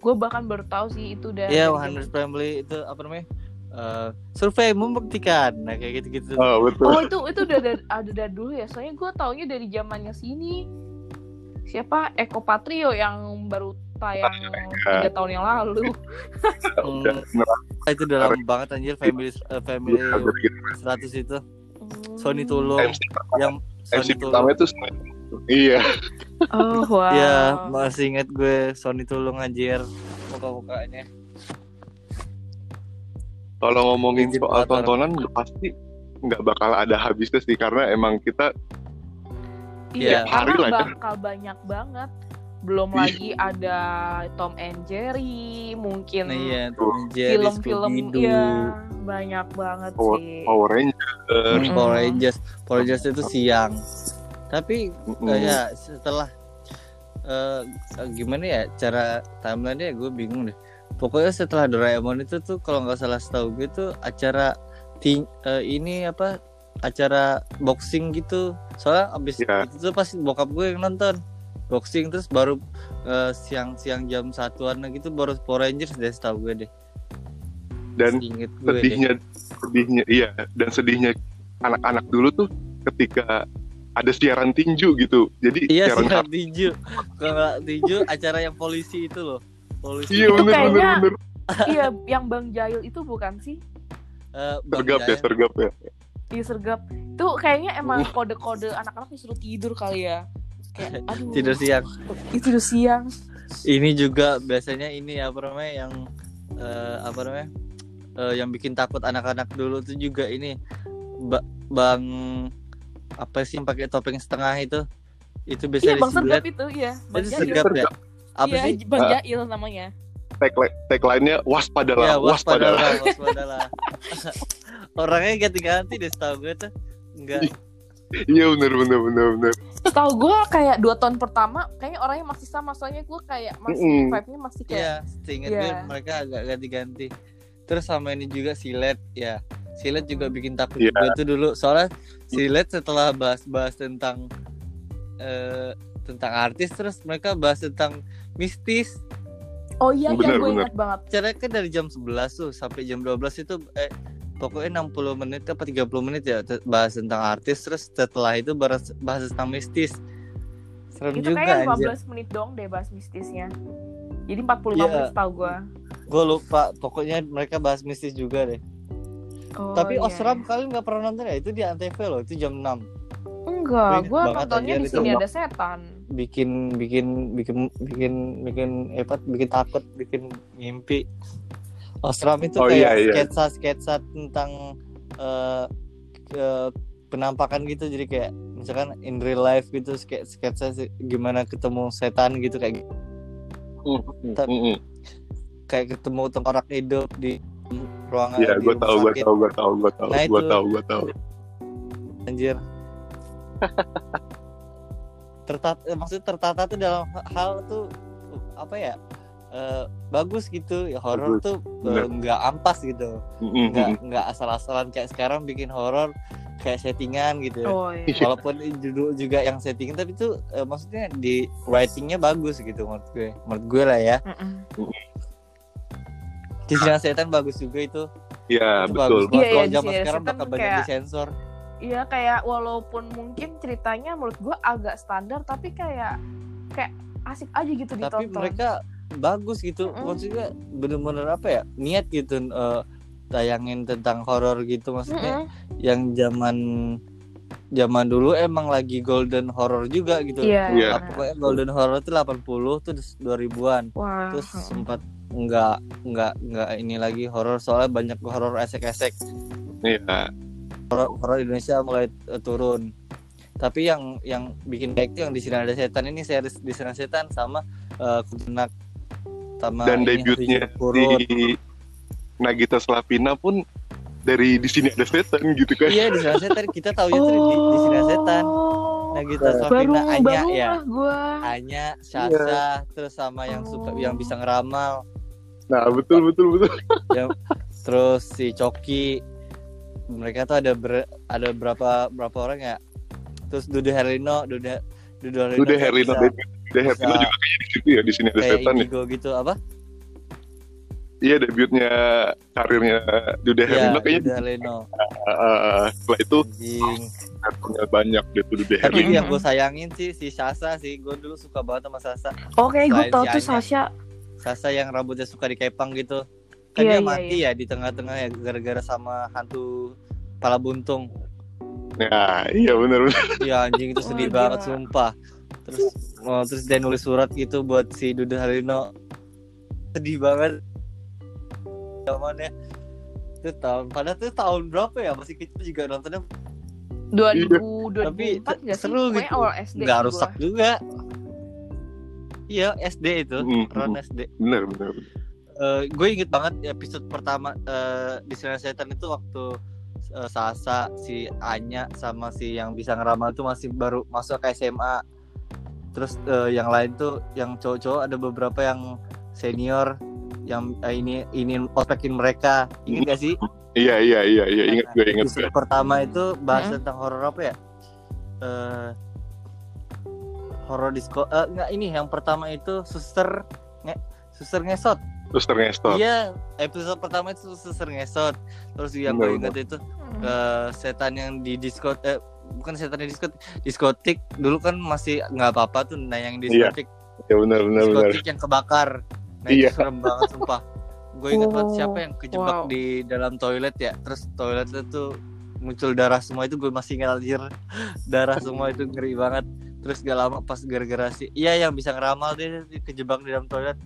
gue bahkan baru tahu sih itu dari iya 100 family itu apa namanya Eh, survei membuktikan nah kayak gitu gitu Ah, betul Oh, itu itu udah dari, ada dari dulu ya. Soalnya gue taunya dari zamannya sini. Siapa Eko Patrio yang baru tayang tiga tahun yang lalu. udah neraka itu udah lama banget anjir family eh, family gitu 100 itu Sony Tulung MC, yang MC Iya, Sony pertama Tulung itu Sony Tulung. iya Oh, wow. Iya, masih inget gue Sony Tulung anjir muka-mukanya kalau ngomongin Gadget soal latar. tontonan ya pasti nggak bakal ada habisnya sih karena emang kita Iya, Iya. karena Hari lah ya. bakal banyak banget. Belum Iya. lagi ada Tom and Jerry, mungkin nah iya Tuh. Jerry, film-film Scooby-Doo. iya, banyak banget Power- sih. Power Ranger Hmm, Mm. Power Rangers Power Rangers itu siang tapi Mm-mm. Eh, ya setelah eh, gimana ya cara timelinenya gue bingung deh. Pokoknya setelah Doraemon itu tuh kalau nggak salah setahu gue tuh acara ting eh, ini apa acara boxing gitu. Soalnya abis Iya. itu tuh pasti bokap gue yang nonton boxing terus baru eh, siang-siang jam satuan gitu baru Power Rangers deh setahu gue deh. dan Ingat gue deh. sedihnya sedihnya iya dan sedihnya anak-anak dulu tuh ketika ada siaran tinju gitu jadi Iya siaran siaran tinju. Kalau tinju acara yang polisi itu loh. Polisi. iya Itu bener bener kayaknya- bener iya, yang Bang Jail itu bukan sih? Eh, Bang sergap ya Jaya. sergap ya Iya, sergap. Itu kayaknya emang Uh. kode-kode anak-anak disuruh tidur kali ya. Kayak aduh. Tidur siang. Itu udah siang. ini juga biasanya ini apa namanya yang eh, apa namanya eh, yang bikin takut anak-anak dulu tuh juga ini Ba- bang apa sih yang pakai topeng setengah itu Iya, itu biasanya Bang disilet. Sergap itu, iya. Bang itu Jail. sergap ya apa Iya, sih Bang Ah. Jail namanya. tagline tagline-nya ya waspadalah waspadalah waspadalah waspadalah orangnya ganti-ganti deh setahu gue tuh enggak iya bener bener bener bener Setahu gue kayak dua tahun pertama, kayaknya orangnya masih sama. Soalnya gue kayak masih Mm-mm. vibe-nya masih kayak Iya, seingat Iya. gue mereka agak ganti-ganti. Terus sama ini juga silet, ya. Silet juga bikin takut Iya. gue tuh dulu. Soalnya silet setelah bahas-bahas tentang eh, tentang artis, terus mereka bahas tentang mistis. Oh iya, iya Bener, gue bener. ingat banget. Caranya kan dari jam 11 tuh sampai jam 12 itu eh pokoknya 60 menit apa 30 menit ya te- bahas tentang artis, terus setelah itu bahas, bahas tentang mistis. Serem Itu juga kayaknya anjir. 15 menit dong deh bahas mistisnya. Jadi 45 Iya. menit setahu gue. Gue lupa, pokoknya mereka bahas mistis juga deh. Oh, Tapi iya. Osram kalian nggak pernah nonton ya? Itu di Antv loh, itu jam 6. Enggak, Gue ingat gue banget nontonnya aja di itu. sini ada setan. Bikin bikin bikin bikin bikin epat, bikin takut, bikin mimpi. Osram itu Oh, iya, kayak iya. sketsa-sketsa tentang eh, ke- penampakan gitu jadi kayak misalkan in real life gitu ske- sketsa se- gimana ketemu setan gitu kayak Mm, Hmm, Tapi- mm, mm. kayak ketemu tengkorak hidup di ruangan iya di gue rumah tahu gue sakit. tahu gue tahu gue tahu Nah, gue itu. tahu gue tahu anjir tertata eh, maksudnya tertata tuh dalam hal tuh apa ya eh, bagus gitu ya horor Bagus, tuh eh, bener. Mhm. nggak ampas gitu Mm-mm. nggak nggak asal-asalan kayak sekarang bikin horor kayak settingan gitu ya. Oh iya. walaupun judul juga yang settingan tapi tuh eh, maksudnya di writingnya bagus gitu menurut gue menurut gue lah ya Mm-mm. di Sinar setan bagus juga itu Iya itu betul. bagus banget Iya, kalau iya, di zaman Sinar sekarang Setan bakal banyak kayak- disensor Iya kayak walaupun mungkin ceritanya menurut gue agak standar tapi kayak kayak asik aja gitu tapi ditonton. mereka bagus gitu Mm-mm. maksudnya bener-bener apa ya niat gitu eh, tayangin tentang horor gitu maksudnya Mm-mm. yang zaman zaman dulu emang lagi golden horror juga gitu Iya. Iya. Apa- pokoknya golden horror tuh 80 tuh 2000-an Wah. terus mm-mm. sempat nggak nggak nggak ini lagi horor soalnya banyak horor esek-esek Iya. horor horor Indonesia mulai eh, turun tapi yang yang bikin baik tuh yang di sini ada setan ini series di sini ada setan sama eh, Kuntilanak sama Dan ini, debutnya Tujuh Kurun. Di Nagita Slavina pun dari di sini ada setan gitu kan. iya di sini ada setan kita tahu itu di, di sini ada setan Nah, Nagita Oh. Baru Slavina Anya baru ya lah gue. Anya Sasa Iya. terus sama yang suka yang bisa ngeramal Nah betul betul betul. terus si Coki mereka tuh ada ber- ada berapa berapa orang ya terus Dude Herlino Dude Dude Herlino, Udah tuh Herlino, bisa- udah Herlino bisa juga kayaknya di situ ya di sini ada kayak setan ya. Indigo gitu apa Iya debutnya karirnya Dude Herlino Iya, kayaknya udah Leno. uh, setelah itu Anjing. kartunya banyak deh tuh Dude Tapi Herlino. Mm-mm. yang gue sayangin sih si Sasa sih. Gue dulu suka banget sama Sasa. Oke, gue Selain tau tuh si Anya. Iya, Sasha. Sasa yang rambutnya suka dikepang gitu. Kan Iya, dia iya, mati ya di tengah-tengah ya gara-gara sama hantu pala buntung. Nah iya benar benar. Ya anjing itu sedih Wah, gila. banget sumpah. Terus oh, terus dia nulis surat gitu buat si Dude Harlino. Sedih banget. Zamannya itu tahun padahal tuh tahun berapa ya masih kecil juga nontonnya 2000 Tapi 2004 nggak sih? seru Pokoknya gitu. awal SD nggak gua. rusak juga iya SD itu Mm, Ron mm, SD Benar benar. Eh, gue inget banget episode pertama eh, di Sinar Setan itu waktu eh, Sasa si Anya sama si yang bisa ngeramal tuh masih baru masuk ke SMA terus eh, yang lain tuh yang cowok-cowok ada beberapa yang senior yang eh, ini ini ospekin mereka inget gak sih Iya iya iya iya ingat gue ingat gue. episode pertama itu bahas Hmm. tentang horor apa ya? Eh horor disco eh enggak ini yang pertama itu suster nge, suster ngesot. Terus ternyata Iya, episode pertama itu suster ngesot. Terus yang Benar, gue ingat itu eh, setan yang di diskot eh bukan setan di diskot diskotik dulu kan masih nggak apa-apa tuh nah yang Iya, diskotik ya benar benar benar. diskotik yang kebakar nah Iya. itu serem banget sumpah gue ingat banget Oh, siapa yang kejebak wow. di dalam toilet ya terus toiletnya tuh muncul darah semua itu gue masih ingat anjir darah semua itu ngeri banget terus gak lama pas gara-gara si iya yang bisa ngeramal dia kejebak di dalam toilet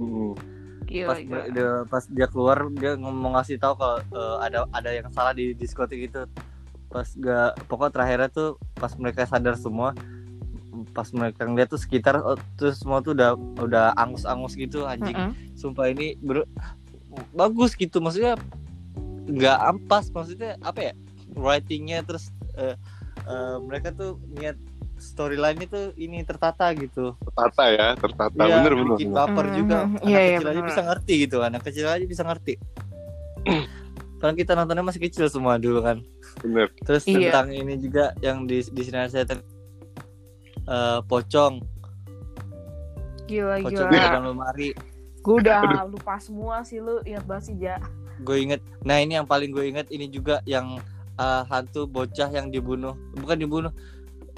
Mm. Gila, pas gila. dia, pas dia keluar dia ngomong ngasih tahu kalau eh, ada ada yang salah di diskotik itu pas gak pokoknya terakhirnya tuh pas mereka sadar semua pas mereka ngeliat tuh sekitar oh, terus semua tuh udah udah angus-angus gitu anjing Mm-mm. sumpah ini ber- bagus gitu maksudnya nggak ampas maksudnya apa ya writingnya terus eh, eh, mereka tuh niat storyline tuh ini tertata gitu Tertata ya tertata Iya, benar benar. bikin benar. baper Mhm, juga mhm. anak Iya, iya, kecil aja benar. bisa ngerti gitu anak kecil aja bisa ngerti Karena kita nontonnya masih kecil semua dulu kan Benar. terus Iya. tentang ini juga yang di di sinar setan eh, pocong Gila, pocong di gila. dalam lemari Gue udah lupa semua sih lu ingat banget sih Ja. gue inget nah ini yang paling gue inget ini juga yang uh, hantu bocah yang dibunuh bukan dibunuh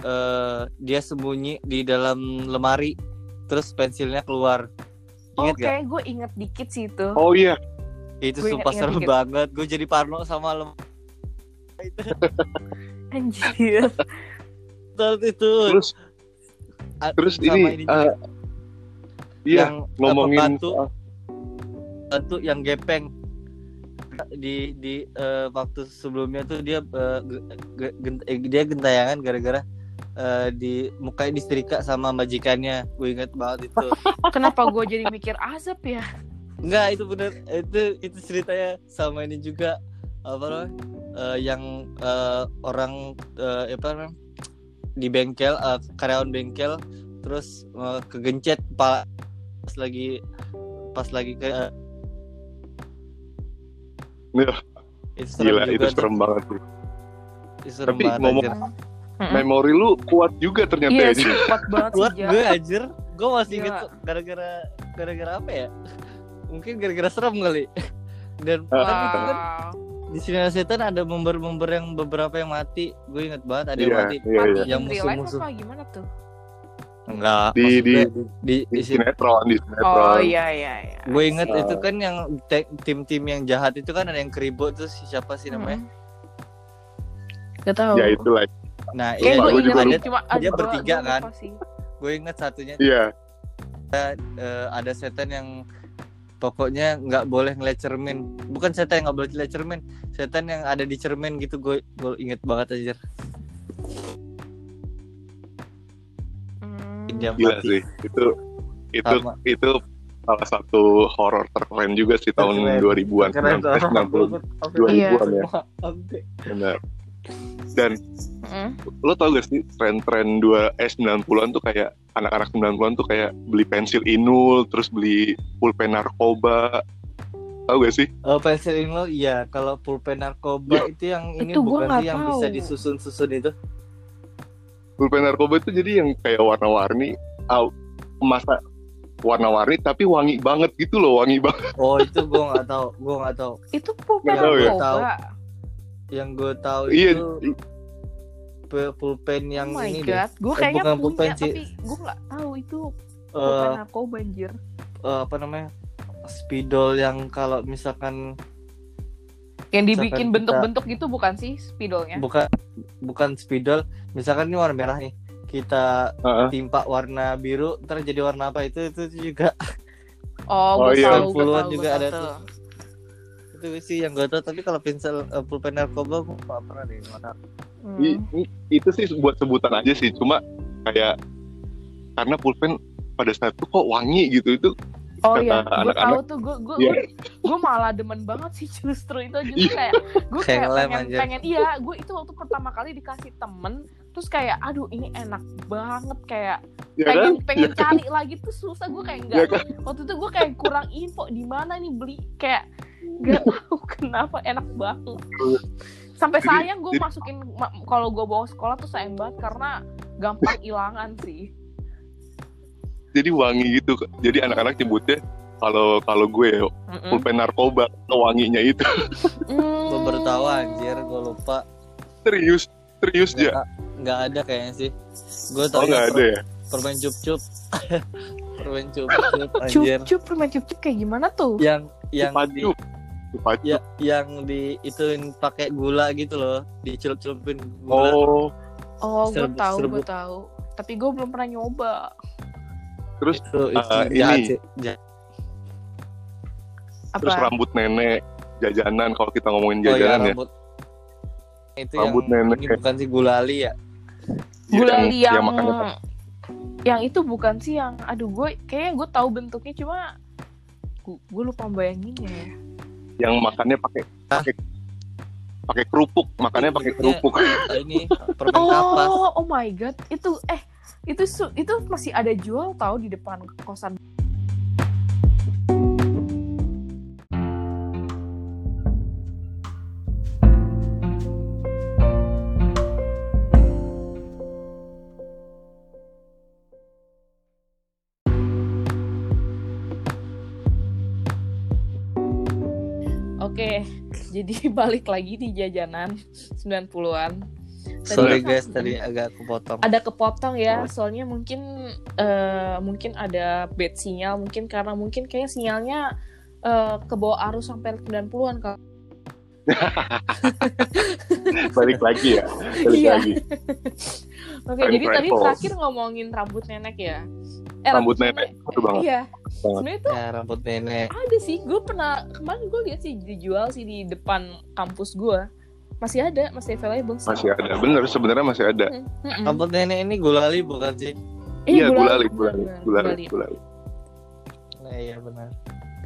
eh dia sembunyi di dalam lemari terus pensilnya keluar inget Oke, gak gue inget dikit sih itu. Oh iya itu Gue inget, sumpah inget, seru inget. banget gue jadi parno sama lem Anjir. Betul itu terus A- terus sama ini, juga, eh, iya yang apa, ngomongin batu soal- batu yang gepeng di di eh, waktu sebelumnya tuh dia eh, ge- ge- gen- eh, dia gentayangan gara-gara eh, di mukanya disetrika sama majikannya gue inget banget itu Kenapa gue jadi mikir azab ya? enggak itu bener itu itu ceritanya sama ini juga apa namanya eh, yang eh, orang eh, apa namanya di bengkel eh, karyawan bengkel terus eh, kegencet kepala pas lagi pas lagi ke eh, Iya. itu serem juga Gila, itu tuh. Hmm. serem banget. Bro. Itu serem Tapi banget, ngomong- anjir. Mm-mm. Memori lu kuat juga ternyata Iya ya. Ji. sih, kuat banget sih. buat Ja. gue anjir gue masih Gila. inget tuh gara-gara gara-gara apa ya mungkin gara-gara serem kali dan Ah. Iya, kan itu kan Wow. di sinar setan ada member-member yang beberapa yang mati gue inget banget ada yang Iya, mati iya, iya. Mati Yang in real life musuh-musuh. apa gimana tuh? enggak Di- maksudnya di di, Di sinar- sinetron, di Oh sinetron. iya iya iya. gue inget Ah. itu kan yang te- tim-tim yang jahat itu kan ada yang keribo terus siapa sih Hmm. namanya Mm. Gak tau. Ya itulah. Hmm. nah Kayak Lupa, gue gua inget juga ada ada- cuma Dia dua- bertiga dua kan? lupa sih. gue inget satunya Iya. eh, ada setan yang pokoknya nggak boleh ngeliat cermin bukan setan yang nggak boleh ngeliat cermin setan yang ada di cermin gitu gue gue inget banget aja Hmm. Dia Gila mati. sih. Itu itu Sama. itu salah satu horor terkeren juga sih tahun Terkeren. 2000-an, Keren tuh. 90-an, Iya. 2000-an ya. Update. Benar. Dan Mm. lo tau gak sih tren-tren 2 eh 90-an tuh kayak anak-anak 90-an tuh kayak beli pensil inul, terus beli pulpen narkoba. Tau gak sih? Oh, pensil inul iya kalau pulpen narkoba itu yang ini Itu gua bukan nggak sih yang tahu. bisa disusun-susun itu Pulpen narkoba itu jadi yang kayak warna-warni, au- masa warna-warni tapi wangi banget gitu loh, wangi banget. oh itu gue nggak tahu gue nggak tahu Itu pulpen Gak tahu ya? narkoba. yang gue tahu Iya, itu pe- pulpen yang oh my ini deh god, gue Eh, kayaknya bukan punya pulpen sih. tapi gue nggak tahu itu pulpen Eh, narkoba anjir. eh, apa namanya spidol yang kalau misalkan Yang misalkan dibikin kita- bentuk-bentuk gitu bukan sih spidolnya? bukan bukan spidol misalkan ini warna merah nih kita Heeh. timpa warna biru ntar jadi warna apa itu itu juga Oh, Oh, gue iya. tahu. gua 90-an tahu, juga gua ada tahu. tuh. itu sih yang gue tahu tapi kalau pensil eh, pulpen narkoba gue nggak pernah deh warna Hmm. I- i- itu sih buat sebutan aja sih cuma kayak karena pulpen pada saat itu kok wangi gitu itu Oh iya, kata gue tahu anak-anak. tuh gue gue Iya. gue malah demen banget sih justru itu justru Iya. kayak gue kayak Kayak ngelem, pengen, anjir. pengen iya gue itu waktu pertama kali dikasih temen terus kayak aduh ini enak banget kayak ya kan pengen pengen cari lagi tuh susah gue kayak ya enggak kan waktu itu gue kayak kurang info di mana nih beli kayak nggak tahu kenapa enak banget sampai Iya. Jadi- iya. sayang gue jadi- masukin ma- kalau gue bawa sekolah tuh sayang banget karena gampang hilangan sih jadi wangi gitu jadi anak-anak nyebutnya kalau kalau gue ya, Mm-mm. pulpen narkoba wanginya itu gue Hmm. baru tahu anjir gue lupa serius serius nggak aja nggak ada kayaknya sih gue Iya. oh tau nggak ada ya permen cup cup permen cup cup anjir cup-cup permen cup-cup kayak gimana tuh yang Iya, yang di, pacu pacu ya, yang di ituin pakai gula gitu loh dicelup-celupin gula oh Oh, gue Serbuk- tahu, gue serbuk. tahu. Tapi gue belum pernah nyoba. terus itu, itu Ah, jahat ini. sih jahat. Apa? terus rambut nenek jajanan kalau kita oh ngomongin ya jajanan ya rambut itu Rambut yang nenek. ini bukan sih gulali ya Gula yang- liang. yang makannya yang itu bukan sih yang, aduh gue, kayaknya gue tahu bentuknya cuma gu- gue lupa bayanginnya ya. yang makannya pakai pakai pakai kerupuk Iya. makannya pakai Bentuknya- kerupuk Ah, ini permen kapas Oh, oh my god, itu eh itu su- itu masih ada jual tahu di depan kosan. Oke, jadi balik lagi di jajanan 90-an. Tadi sorry kan- guys tadi agak kepotong ada kepotong ya soalnya mungkin eh, mungkin ada bad sinyal mungkin karena mungkin kayak sinyalnya eh, ke bawah arus sampai 90-an kak balik lagi ya balik Iya. lagi oke Time jadi tadi travel. terakhir ngomongin rambut nenek ya eh, Rambut nenek, betul banget. iya banget. sebenarnya tuh ya rambut nenek ada sih gue pernah kemarin gue lihat sih dijual sih di depan kampus gue masih ada masih available sih. masih ada bener sebenarnya masih ada Mm-mm. rambut nenek ini gulali bukan sih Iya, iya gulali gulali gulali, gulali gulali. gulali nah iya benar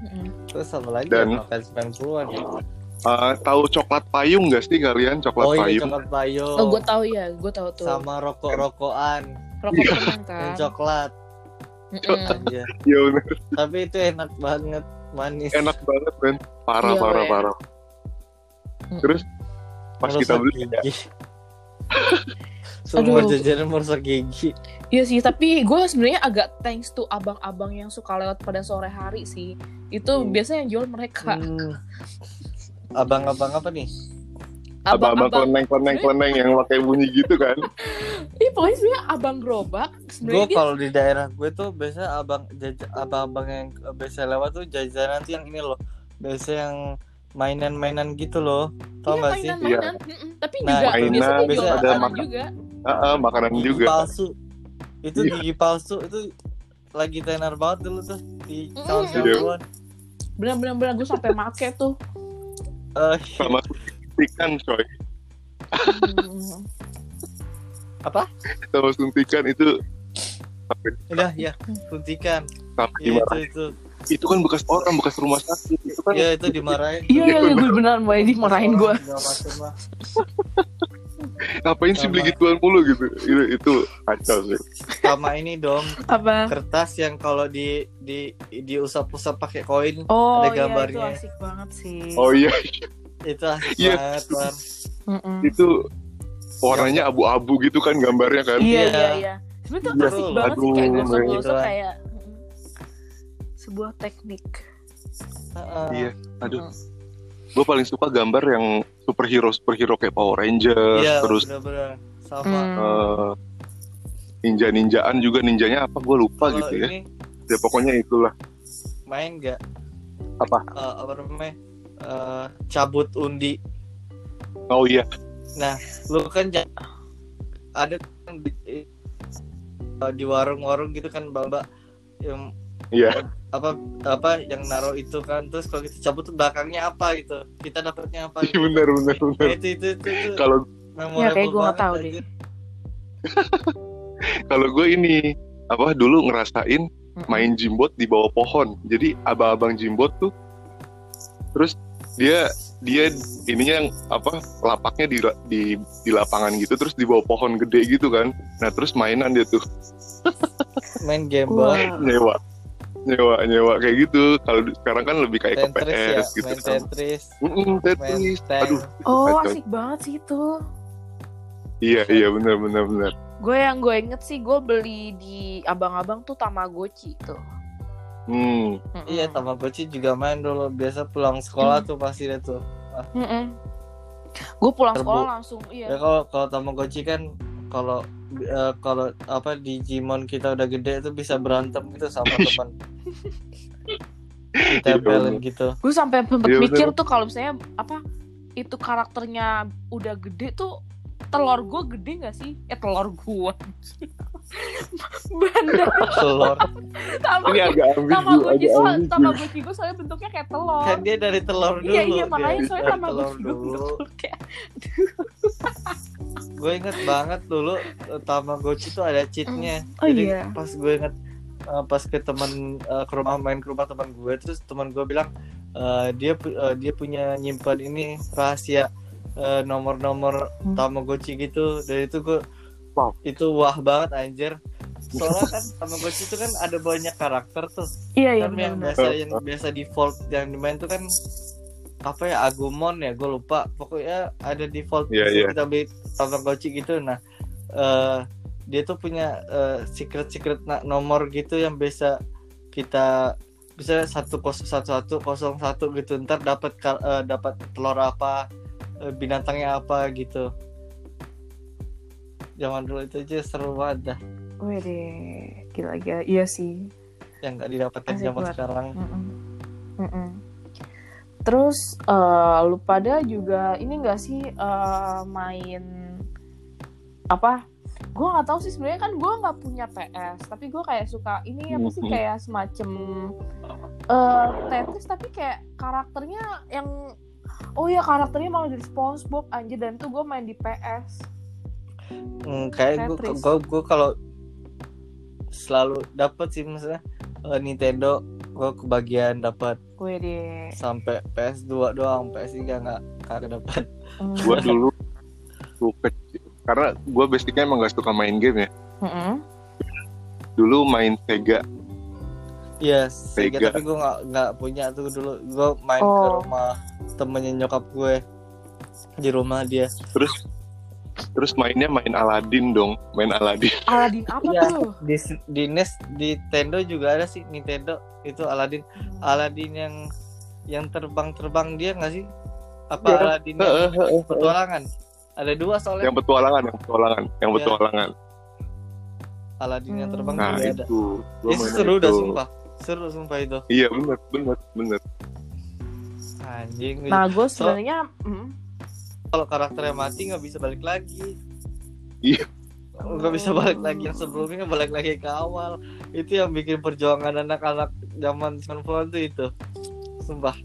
Mm-mm. terus apa lagi ya, Dan- makan 90-an ya Eh, tahu coklat payung nggak sih kalian coklat oh iya payung? coklat payung Oh, gue tahu ya, gue tahu tuh. sama rokok-rokokan Rokok permen dan kan. coklat Mm-mm. Iya. Iya bener. tapi itu enak banget manis enak banget Ben. Parah Iya, Hmm. parah Ben. parah. Terus pas Merusak kita beli ya, gigi. semua Aduh. jajanan merusak gigi Iya sih, tapi gue sebenarnya agak thanks to abang-abang yang suka lewat pada sore hari sih. Itu Hmm. biasanya yang jual mereka. Hmm. abang-abang apa nih abang-abang koneng koneng koneng yang pakai bunyi gitu kan? Iya, pokoknya sebenarnya abang gerobak. gue Sebenarnya dia kalau di daerah gue tuh biasa abang jaj- abang-abang yang biasa lewat tuh jajanan tuh yang ini loh biasa yang mainan-mainan gitu loh tau iya, gak sih mainan-mainan. Mm-mm. Tapi Nah, juga mainan, biasanya biasa jual ada makanan makan. juga. Ah, ah, makanan gigi juga. palsu itu Iya. gigi palsu itu lagi tenar banget dulu tuh di Mm-mm. tahun Iya. 90-an Benar-benar gue sampai make tuh. Eh, Sama suntikan coy. Hmm. Sama suntikan itu sampai udah ya suntikan sampai Iya, dimarahin. itu itu Itu kan bekas orang, bekas rumah sakit. Itu kan ya itu dimarahin Iya, iya, iya, gue beneran mulai dimarahin gue. Segala macem lah. ngapain sih beli gituan mulu gitu? Itu, itu kacau sih. sama ini dong Apa? kertas yang kalau di di diusap-usap pakai koin Oh, iya, Ada itu gambarnya. asik banget sih. Hmm. Oh iya, itu asik Iya. banget Wan. Mm-mm. itu warnanya abu-abu gitu kan gambarnya kan? Iya, Iya. gitu iya, iya. Sebenernya tuh Iya. asik banget sih, kayak Aduh, gosok-gosok Bang. kayak... mm, Sebuah teknik. Heeh. Iya. Aduh, gue paling suka gambar yang superhero superhero kayak Power Ranger, Iya, terus bener-bener sama. Hmm. eh, ninja ninjaan juga ninjanya apa gue lupa Kalau gitu ya. ini Ya pokoknya itulah. main nggak? Apa? Eh, apa namanya? Eh, cabut undi. Oh iya, Lu kan ja- ada kan di, eh, di warung-warung gitu kan mbak yang iya. apa apa yang naruh itu kan terus kalau kita cabut tuh belakangnya apa gitu kita dapatnya apa gitu. bener bener bener. Eh, itu itu itu, itu Kalau Ya, kayak gue nggak tahu banget, deh. anjir. kalau gue ini apa dulu ngerasain main jimbot di bawah pohon. Jadi abang-abang jimbot tuh, terus dia dia ininya yang apa lapaknya di, di di lapangan gitu terus di bawah pohon gede gitu kan nah terus mainan dia tuh main game Wah. banget nyewa nyewa nyewa kayak gitu kalau di- sekarang kan lebih kayak ke Tetris ya PS gitu main Tetris Mm-mm, main Tetris tank aduh Oh, kacau. asik banget sih itu. iya iya benar benar benar Gue yang gue inget sih, gue beli di abang-abang tuh Tamagotchi tuh. hmm Mm-mm. Iya, Tamagotchi juga main dulu. Biasa pulang Hmm. sekolah tuh pasti deh tuh. Mm-mm. Gue pulang Terbu. sekolah langsung, Ya iya. kalau kalau Tamagotchi kan kalau eh, kalau apa Digimon kita udah gede tuh bisa berantem gitu sama teman. Ditempelin gitu. Gue sampai sempet Iya, mikir tuh kalau misalnya apa itu karakternya udah gede tuh telur gue gede gak sih? Eh telur gue. Bandar Telur. ini Tamagotchi. agak ambigu Tamagotchi agak soal ambigu Tamagotchi gue soalnya bentuknya kayak telur. kan dia dari telur dulu. Iya iya dia makanya dari soalnya telur Tamagotchi gue dulu. bentuk kayak Gue inget banget dulu eh, Tamagotchi tuh ada cheatnya. Oh, Jadi iya. pas gue inget eh, pas ke teman eh, ke rumah main ke rumah teman gue terus teman gue bilang eh, dia pu- eh, dia punya nyimpan ini rahasia eh, nomor-nomor Hmm. Tamagotchi gitu. Dan itu gue Wow. itu wah banget anjir. Soalnya kan Tamagotchi itu kan ada banyak karakter tuh. Iya iya kan yang benar. biasa yang biasa default yang dimain tuh kan apa ya Agumon ya gue lupa pokoknya ada default bisa Iya, iya. kita beli Tamagotchi gitu nah eh dia tuh punya secret secret nomor gitu yang bisa kita bisa satu satu satu gitu ntar dapat kar- eh, dapat telur apa eh, binatangnya apa gitu zaman dulu itu aja seru banget dah Wih deh, gila gila. Iya sih. yang nggak didapatkan Asik zaman banget. sekarang Mm-mm. Mm-mm. Terus eh, lu pada juga ini enggak sih eh, main apa? Gue nggak tahu sih sebenarnya kan gue nggak punya PS, tapi gue kayak suka ini apa sih Mhm. kayak semacam eh, Tetris tapi kayak karakternya yang oh ya karakternya malah dari SpongeBob anjir dan tuh gue main di PS. Hmm, kayak gue Tetris. gue kalau selalu dapet sih maksudnya eh, Nintendo gue kebagian dapat Gue deh. sampai PS2 doang PS3 nggak kagak dapat gue dulu gue kecil karena gue basicnya emang gak suka main game ya dulu main Sega iya Sega Sega. tapi gue nggak nggak punya tuh dulu gue main ke Oh. rumah temennya nyokap gue di rumah dia terus terus mainnya main Aladdin dong main Aladdin Aladin apa Iya. tuh? di di NES di Nintendo juga ada sih Nintendo itu Aladdin Aladdin yang yang terbang-terbang dia nggak sih apa Iya. Aladdin yang petualangan ada dua soalnya yang petualangan yang petualangan yang Iya. petualangan Aladdin yang terbang nah juga Iya, ada itu Gua itu main seru itu. dah sumpah seru sumpah itu iya bener bener bener anjing Gitu. Nah, gue So- sebenarnya mm, kalau karakternya mati nggak bisa balik lagi Iya. nggak bisa balik lagi yang sebelumnya balik lagi ke awal itu yang bikin perjuangan anak-anak zaman 90-an tuh itu sumpah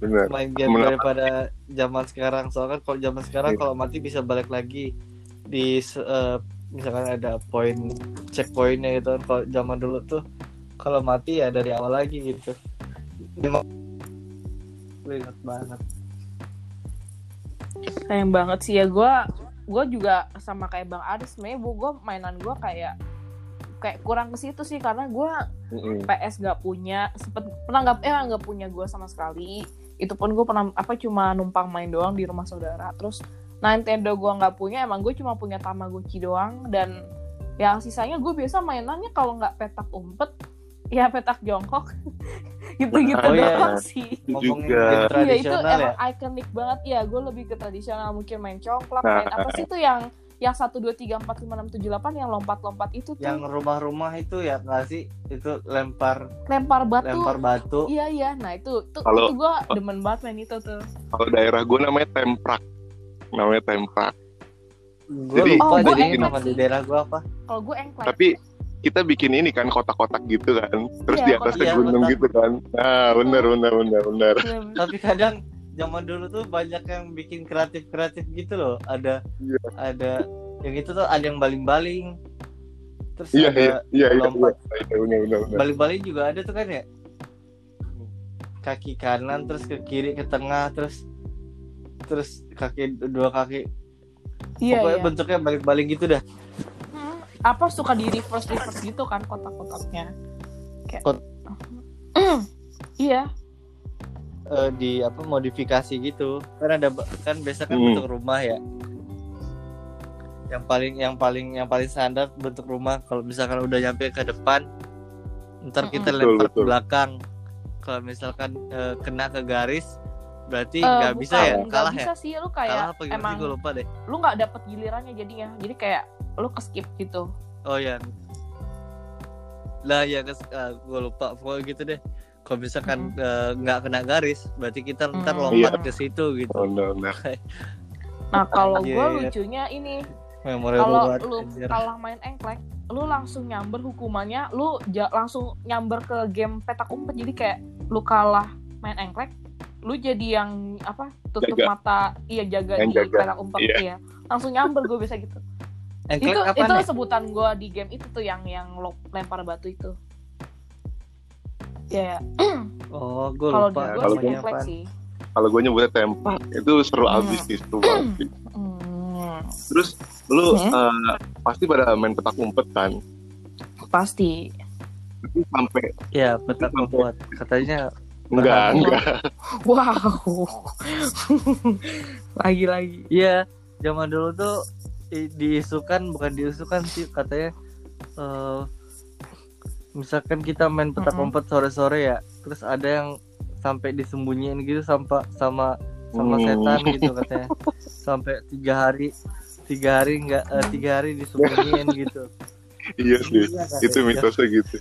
bener main game Menurut- daripada zaman sekarang soalnya kan kalau zaman sekarang Iya. kalau mati bisa balik lagi di se- eh, misalkan ada poin checkpointnya gitu kan kalau zaman dulu tuh kalau mati ya dari awal lagi gitu Lihat banget sayang banget sih ya gue. Gue juga sama kayak Bang Aris, sebenarnya gue mainan gue kayak kayak kurang ke situ sih karena gue Mm-mm. PS gak punya sempet pernah nggak eh nggak punya gue sama sekali itu pun gue pernah apa cuma numpang main doang di rumah saudara terus Nintendo gue nggak punya emang gue cuma punya Tamagotchi doang dan ya sisanya gue biasa mainannya kalau nggak petak umpet ya petak jongkok gitu-gitu Oh, iya. doang sih Itu ngomongin game juga Iya itu tradisional ya emang ikonik banget ya gue lebih ke tradisional mungkin main congklak Nah. main apa sih tuh yang yang satu dua tiga empat lima enam tujuh delapan yang lompat-lompat itu tuh yang rumah-rumah itu ya nggak sih itu lempar lempar batu lempar batu Iya iya, nah itu tuh Kalau- itu gue demen banget main itu tuh. kalau daerah gue namanya temprak namanya temprak gue Jadi- lupa Oh, gua jadi ingat nama sih. di daerah gue apa Kalau gue engklek. tapi kita bikin ini kan kotak-kotak gitu kan terus Iya, di atasnya kotak- gunung kotak. gitu kan nah bener bener bener bener tapi kadang zaman dulu tuh banyak yang bikin kreatif kreatif gitu loh ada Iya. ada yang itu tuh ada yang baling baling terus iya ada iya iya iya lompat. iya, iya, bener bener bener baling baling juga ada tuh kan ya kaki kanan terus ke kiri ke tengah terus terus kaki dua kaki iya pokoknya iya. bentuknya baling baling gitu dah Hmm, apa suka di reverse reverse gitu kan kotak-kotaknya. Kayak. Kot- Mm, iya. Eh, di apa modifikasi gitu kan ada ba- kan biasa kan Hmm. bentuk rumah ya yang paling yang paling yang paling standar bentuk rumah kalau misalkan udah nyampe ke depan ntar kita Mm-mm. Hmm. Betul, lempar ke betul. belakang kalau misalkan eh, kena ke garis berarti Eh, nggak bisa bukan, ya nggak kalah ya bisa sih lu kalah kayak apa gimana emang sih gue lupa deh lu nggak dapet gilirannya jadinya. Jadi kayak lu ke skip gitu. oh ya lah ya gue lupa pokoknya gitu deh kalau misalkan Hmm. eh, nggak kena garis berarti kita ntar Mm. lompat Iya. ke situ gitu bener bener Nah, kalau gue Anjir. lucunya ini memorable kalau banget, lu anjir. kalah main engklek lu langsung nyamber hukumannya lu ja- langsung nyamber ke game petak umpet jadi kayak lu kalah main engklek lu jadi yang apa tutup Jaga. mata iya jaga Yang di jaga. petak umpet Iya. iya langsung nyamber gue bisa gitu itu Engklek apaan itu ya? sebutan gue di game itu tuh yang yang lo- lempar batu itu ya Oh, gue kalau di lupa. gue sih kalau gua- namanya engklek apaan. sih kalau gue nyebutnya tempak itu seru Hmm. abis itu abis. Hmm, terus lu Hmm. eh, pasti pada main petak umpet kan pasti Tapi sampai Ya, petak kuat. Katanya Berhasil. enggak enggak wow lagi lagi iya, zaman dulu tuh i- diisukan bukan diisukan sih katanya eh, misalkan kita main petak Mm-mm. umpet sore-sore ya, terus ada yang sampai disembunyiin gitu sama sama sama Hmm. setan gitu katanya. Sampai tiga hari tiga hari enggak tiga hari disembunyiin gitu. iya sih Iya, katanya. itu mitosnya gitu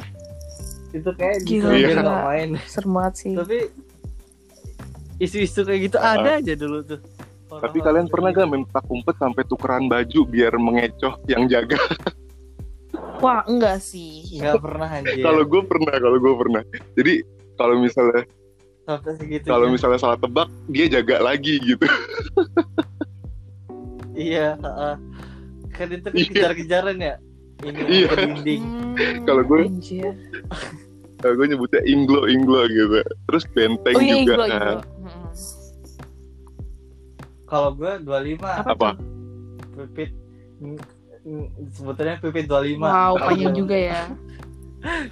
Itu kayak Gila, gitu gila. nggak main. serem banget sih tapi isu-isu kayak gitu Ah. ada aja dulu tuh gitu. tapi kalian pernah gak gak main petak umpet sampai tukeran baju biar mengecoh yang jaga Wah, enggak sih. nggak pernah anjir kalau gue pernah kalau gue pernah jadi kalau misalnya sampai segitu kalau misalnya salah tebak dia jaga lagi gitu iya heeh. kan itu kan Iya. kejar-kejaran ya ini Iya. ke dinding Hmm, Kalau gue- anjir. Eh, gue nyebutnya Inglo Inglo gitu terus benteng oh iya juga iglo kan iglo Mm-mm. Kalau gue 25 Apa? apa pipit mm, mm, sebutannya pipit 25. wow Apa panjang tuh? juga Hmm. ya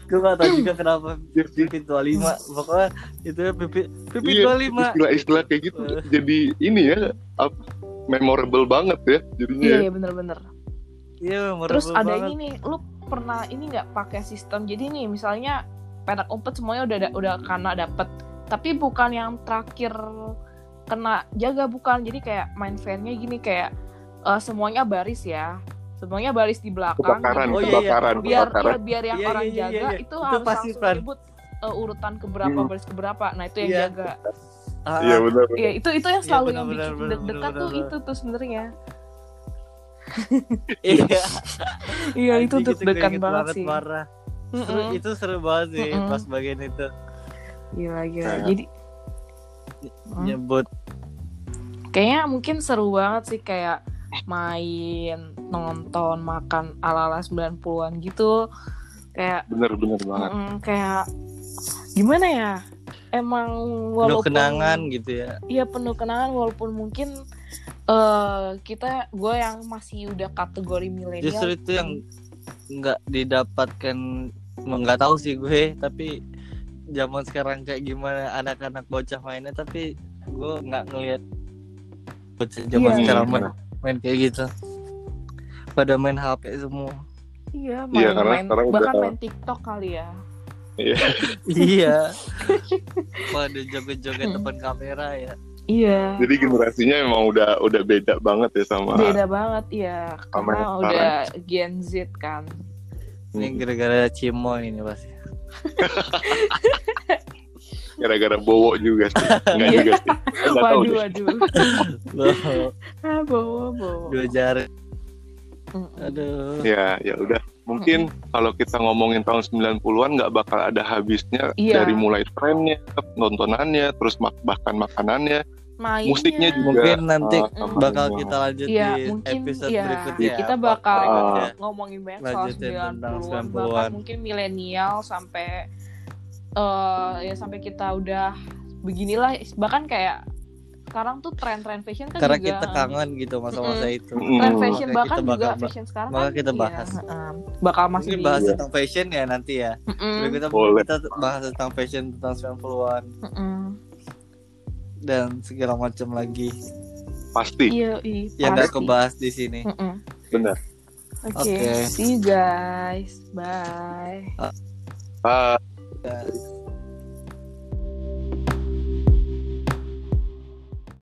Gue gak tau juga kenapa Iya, iya. pipit 25. Pokoknya itu pipit pipit Iya, 25. istilah-istilah kayak gitu Eh. jadi ini ya apa, memorable banget ya iya jadinya iya bener-bener Iya, memorable terus ada banget. ini nih lu pernah ini nggak pakai sistem jadi nih misalnya petak umpet semuanya udah da- udah kena dapet tapi bukan yang terakhir kena jaga bukan jadi kayak main fairnya gini kayak eh, semuanya baris ya semuanya baris di belakang kebakaran gitu. Oh, iya, iya. kebakaran biar kebakaran biar, biar yang Iya, orang iya, iya, jaga iya. itu, Itu harus pasti, langsung Fran. nyebut, eh, urutan keberapa Hmm. baris keberapa nah itu yang Iya. jaga Ah, iya benar ya itu itu yang Iya, selalu benar, yang benar, bikin benar, deg-degan benar, tuh benar. itu tuh sebenarnya Iya. iya itu Anjing, tuh gue deg-degan inget banget sih Parah. Seru, Mm-mm. itu seru banget sih Mm-mm. pas bagian itu gila gila Nah. jadi Hmm. nyebut kayaknya mungkin seru banget sih kayak main nonton makan ala-ala 90-an gitu kayak benar benar banget mm, kayak gimana ya emang penuh walaupun kenangan gitu ya. iya penuh kenangan walaupun mungkin eh kita gue yang masih udah kategori milenial Justru itu yang nggak didapatkan nggak tahu sih gue tapi zaman sekarang kayak gimana anak-anak bocah mainnya tapi gue nggak ngelihat bocah zaman Iya. sekarang main, main kayak gitu pada main HP semua iya main, Iya, karena main sekarang bahkan udah- main TikTok kali ya iya pada joget-joget Mm. depan kamera ya iya jadi generasinya emang udah udah beda banget ya sama beda banget ya Sama karena yang udah Gen Z kan Hmm, ini gara-gara cimoy ini pasti gara-gara bowo juga sih enggak Iya. juga sih enggak Eh, tahu waduh deh waduh Loh, ah bawa bawa dua jari Mm-mm. aduh ya ya udah mungkin Hmm. kalau kita ngomongin tahun 90-an nggak bakal ada habisnya Iya. dari mulai trennya nontonannya terus mak- bahkan makanannya Mainnya. musiknya juga mungkin nanti Ah, Mm. bakal sama-sama. kita lanjut Iya, di mungkin, episode iya. eh, berikutnya. Iya, Kita bakal- Iya, Berikutnya. ngomongin banyak soal Lanjutin tentang 90-an 90-an. bahkan mungkin milenial sampai eh ya sampai kita udah beginilah bahkan kayak sekarang tuh tren-tren fashion kan karena juga kita kangen gitu masa-masa itu. Mm. tren Kan fashion Makanya bahkan kita juga bakal- fashion sekarang maka kan, kita iya, bahas. heeh. bakal masih Mungkin di- bahas tentang fashion ya nanti ya. Mm-mm, Berikutnya Boleh. kita bahas tentang fashion tentang 90-an mm-mm. dan segala macam lagi pasti iya iya, yang pasti. gak Mm. kebahas di sini. Mm-mm. Benar. oke Oke. see you guys bye Ah, Dan-